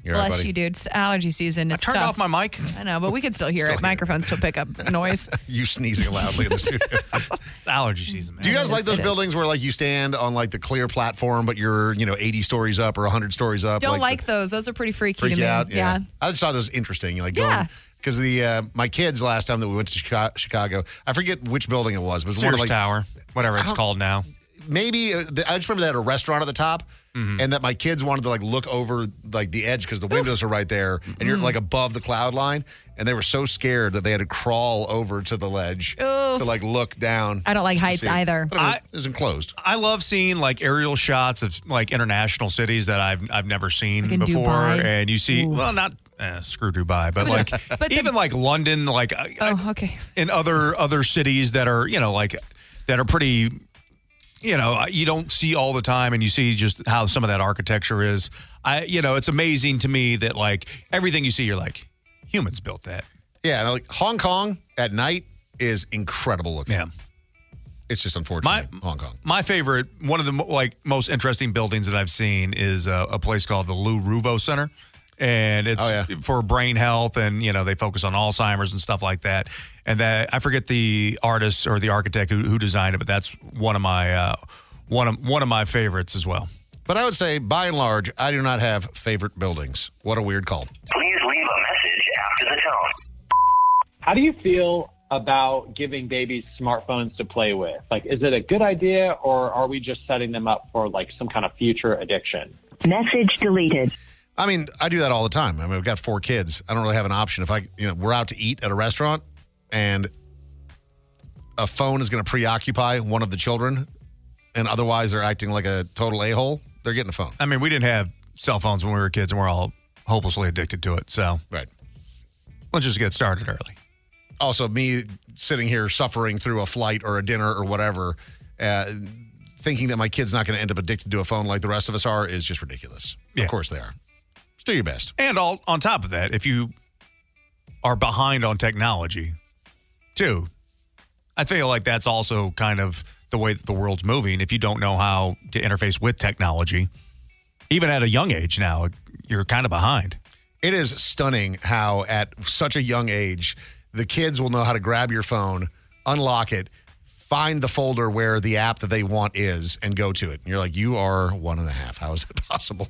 you're right,
Bless
buddy.
you, dude. It's allergy season. It's
turned
tough.
off my mic.
I know, but we can still hear it. Microphones still pick up noise.
You sneezing loudly in the studio.
it's allergy season, man.
Do you
It
guys
is,
like those
it is.
buildings where like you stand on like the clear platform, but you're you know 80 stories up or 100 stories up?
Don't like,
the-
those. Those are pretty freaky
freak
to me.
you out.
yeah.
I just thought it was interesting. Like going, Because the uh, my kids last time that we went to Chica- Chicago, I forget which building it was, but it was one of like
Sears Tower, whatever
I
it's
don't-
called now.
Maybe uh, the, I just remember they had a restaurant at the top,
Mm-hmm.
and that my kids wanted to like look over like the edge because the windows are right there, and you're
Mm.
like above the cloud line, and they were so scared that they had to crawl over to the ledge
Oof.
to like look down.
I don't like
just to
heights
see it.
either.
But I mean, it was enclosed.
I love seeing like aerial shots of like international cities that I've I've never seen
Like in
before,
Dubai?
and you see well not eh, screw Dubai, but like even like London, like I-
Oh, okay.
in other other cities that are you know like that are pretty you know uh, you don't see all the time and you see just how some of that architecture is i you know it's amazing to me that like everything you see you're like humans built that
Yeah, and like Hong Kong at night is incredible looking.
Yeah.
It's just unfortunate. Hong Kong.
my favorite one of the mo- like most interesting buildings that i've seen is uh, a place called the lou ruvo center and it's
Oh, yeah.
for brain health, and you know they focus on Alzheimer's and stuff like that. And that I forget the artist or the architect who, who designed it, but that's one of my uh, one of one of my favorites as well.
But I would say, by and large, I do not have favorite buildings. What a weird call.
Please leave a message after the tone.
How do you feel about giving babies smartphones to play with? Like, is it a good idea, or are we just setting them up for like some kind of future addiction?
Message deleted. I mean, I do that all the time. I mean, I've got four kids. I don't really have an option. If I, you know, we're out to eat at a restaurant and a phone is going to preoccupy one of the children and otherwise they're acting like a total a hole, they're getting a phone.
I mean, we didn't have cell phones when we were kids, and we're all hopelessly addicted to it. So,
right.
Let's just get started early.
Also, me sitting here suffering through a flight or a dinner or whatever, uh, thinking that my kid's not going to end up addicted to a phone like the rest of us are is just ridiculous. Of course they are. Just do your best.
And all on top of that, if you are behind on technology, too, I feel like that's also kind of the way that the world's moving. If you don't know how to interface with technology, even at a young age now, you're kind of behind.
It is stunning how, at such a young age, the kids will know how to grab your phone, unlock it, find the folder where the app that they want is, and go to it. And you're like, you are one and a half. How is that possible?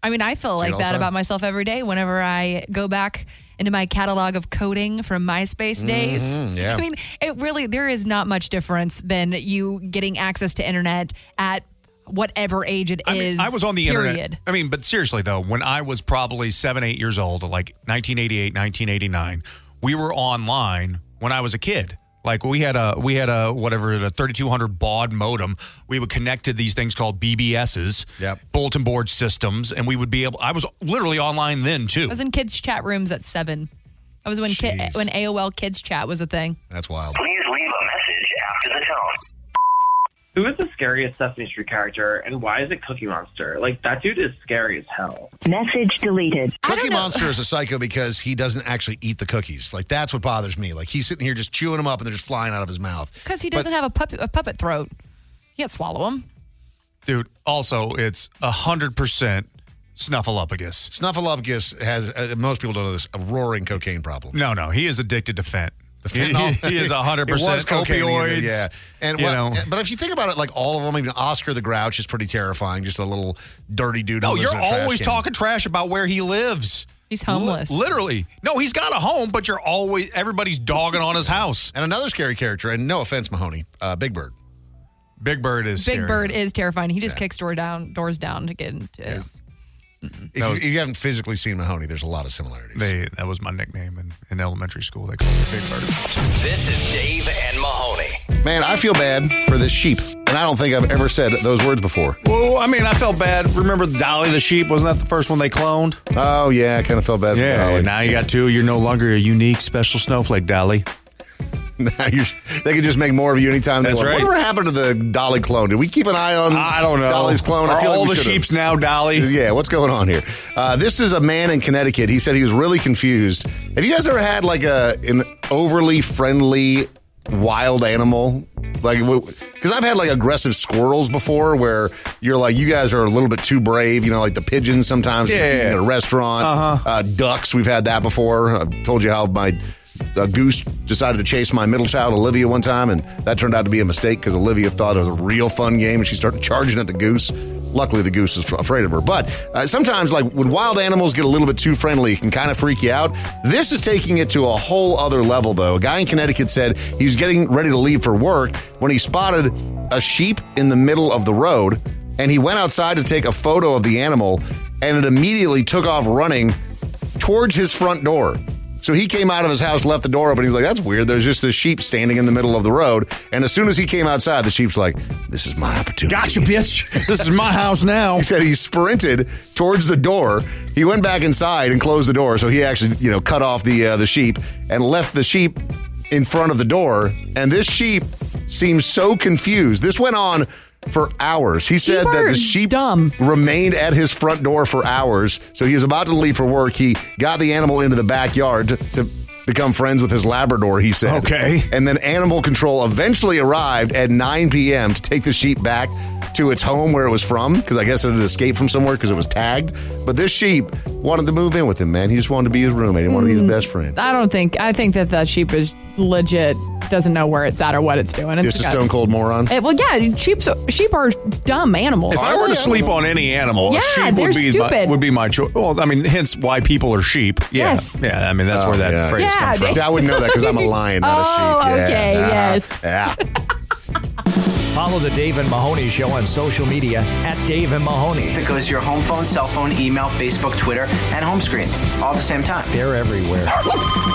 I mean, I feel
See it
like
all the
that
time.
about myself every day whenever I go back into my catalog of coding from MySpace days.
Mhm, yeah.
I mean, it really, there is not much difference than you getting access to internet at whatever age it is.
I mean, I was on the
period.
internet. I mean, but seriously though, when I was probably seven, eight years old, like 1988, 1989, we were online when I was a kid. Like we had a we had a whatever a 3200 baud modem. We would connect to these things called BBSs, yep. bulletin board systems, and we would be able. I was literally online then
I
too.
was in kids' chat rooms at seven. I was when ki-
Jeez.
when AOL Kids Chat was a thing.
That's wild.
Please leave a message after the tone.
Who is the scariest Sesame Street character, and why is it Cookie Monster? Like that dude is scary as hell.
Message deleted. Cookie Monster is a psycho because he doesn't actually eat the cookies. Like, that's what bothers me. Like, he's sitting here just chewing them up and they're just flying out of his mouth.
Because he doesn't have a puppet, a puppet throat. He can't swallow him.
Dude, also it's hundred percent snuffleupagus.
Snuffleupagus has, uh, most people don't know this, a roaring cocaine problem.
No, no, he is addicted to fent. The
fentanyl.
He, he is hundred
It was
percent
cocaine
opioids.
either, yeah, and
you
what-
know.
but if you think about it, like all of them, even Oscar the Grouch is pretty terrifying. Just a little dirty dude. who
No,
lives
Oh, you're
in a trash
always
can.
talking trash about where he lives.
He's
Li-
homeless.
literally. No, he's got a home, but you're always everybody's dogging on his house.
And another scary character, and no offense, Mahoney, uh, Big Bird.
Big Bird is
Big Bird is terrifying. He just kicks door down, doors down to get into his
If, you, if you haven't physically seen Mahoney, there's a lot of similarities.
They, that was my nickname in, in elementary school. They called me Big Bird.
This is Dave and Mahoney.
Man, I feel bad for this sheep, and I don't think I've ever said those words before.
Well, I mean, I felt bad. Remember Dolly the sheep? Wasn't that the first one they cloned?
Oh yeah, I kind of felt bad.
Yeah.
Dolly.
and Now you got two. You're no longer a unique, special snowflake, Dolly.
Now you're, they could just make more of you anytime they
That's
want.
right.
Whatever happened to the Dolly clone? Did we keep an eye on?
I don't know.
Dolly's clone.
Are
I feel like
all
we
the
should've.
sheeps now Dolly?
Yeah. What's going on here? Uh, this is a man in Connecticut. He said he was really confused. Have you guys ever had like a an overly friendly wild animal? Like, because I've had like aggressive squirrels before, where you're like, you guys are a little bit too brave. You know, like the pigeons sometimes
Yeah,
eating
yeah, yeah.
at a restaurant. Uh-huh. Uh, ducks, we've had that before. I've told you how my uh, goose decided to chase my middle child, Olivia, one time, and that turned out to be a mistake because Olivia thought it was a real fun game and she started charging at the goose. Luckily, the goose was f- afraid of her. But uh, sometimes, like when wild animals get a little bit too friendly, it can kind of freak you out. This is taking it to a whole other level, though. A guy in Connecticut said he was getting ready to leave for work when he spotted a sheep in the middle of the road and he went outside to take a photo of the animal and it immediately took off running towards his front door. So he came out of his house, left the door open. He's like, that's weird. There's just this sheep standing in the middle of the road. And as soon as he came outside, the sheep's like, this is my opportunity. Gotcha,
bitch. This is my house now.
he said he sprinted towards the door. He went back inside and closed the door. So he actually, you know, cut off the uh, the sheep and left the sheep in front of the door. And this sheep seems so confused. This went on for hours. He said that the sheep remained at his front door for hours. So he was about to leave for work. He got the animal into the backyard to, to become friends with his Labrador, he said. Okay. And then animal control eventually arrived at 9 p.m. to take the sheep back to its home where it was from, because I guess it had escaped from somewhere because it was tagged. But this sheep wanted to move in with him, man. He just wanted to be his roommate. He wanted to be
Hmm.
his best friend.
I don't think. I think that that sheep is legit. Doesn't know where it's at or what it's doing. It's
Just a stone cold moron.
It, well, yeah, sheep. Sheep are dumb animals.
If I were to sleep on any animal,
Yeah,
a sheep
they're
would be my,
stupid.
would be my choice. Well, I mean, hence why people are sheep. Yeah.
Yes.
Yeah, I mean that's where that
Oh, yeah.
phrase
Yeah,
comes from.
they- See, I wouldn't know that 'cause I'm a lion, not a Oh, sheep. Yeah. okay, yes.
Yeah.
Follow the Dave and Mahoney Show on social media at Dave and Mahoney.
It goes to your home phone, cell phone, email, Facebook, Twitter, and home screen all at the same time.
They're everywhere.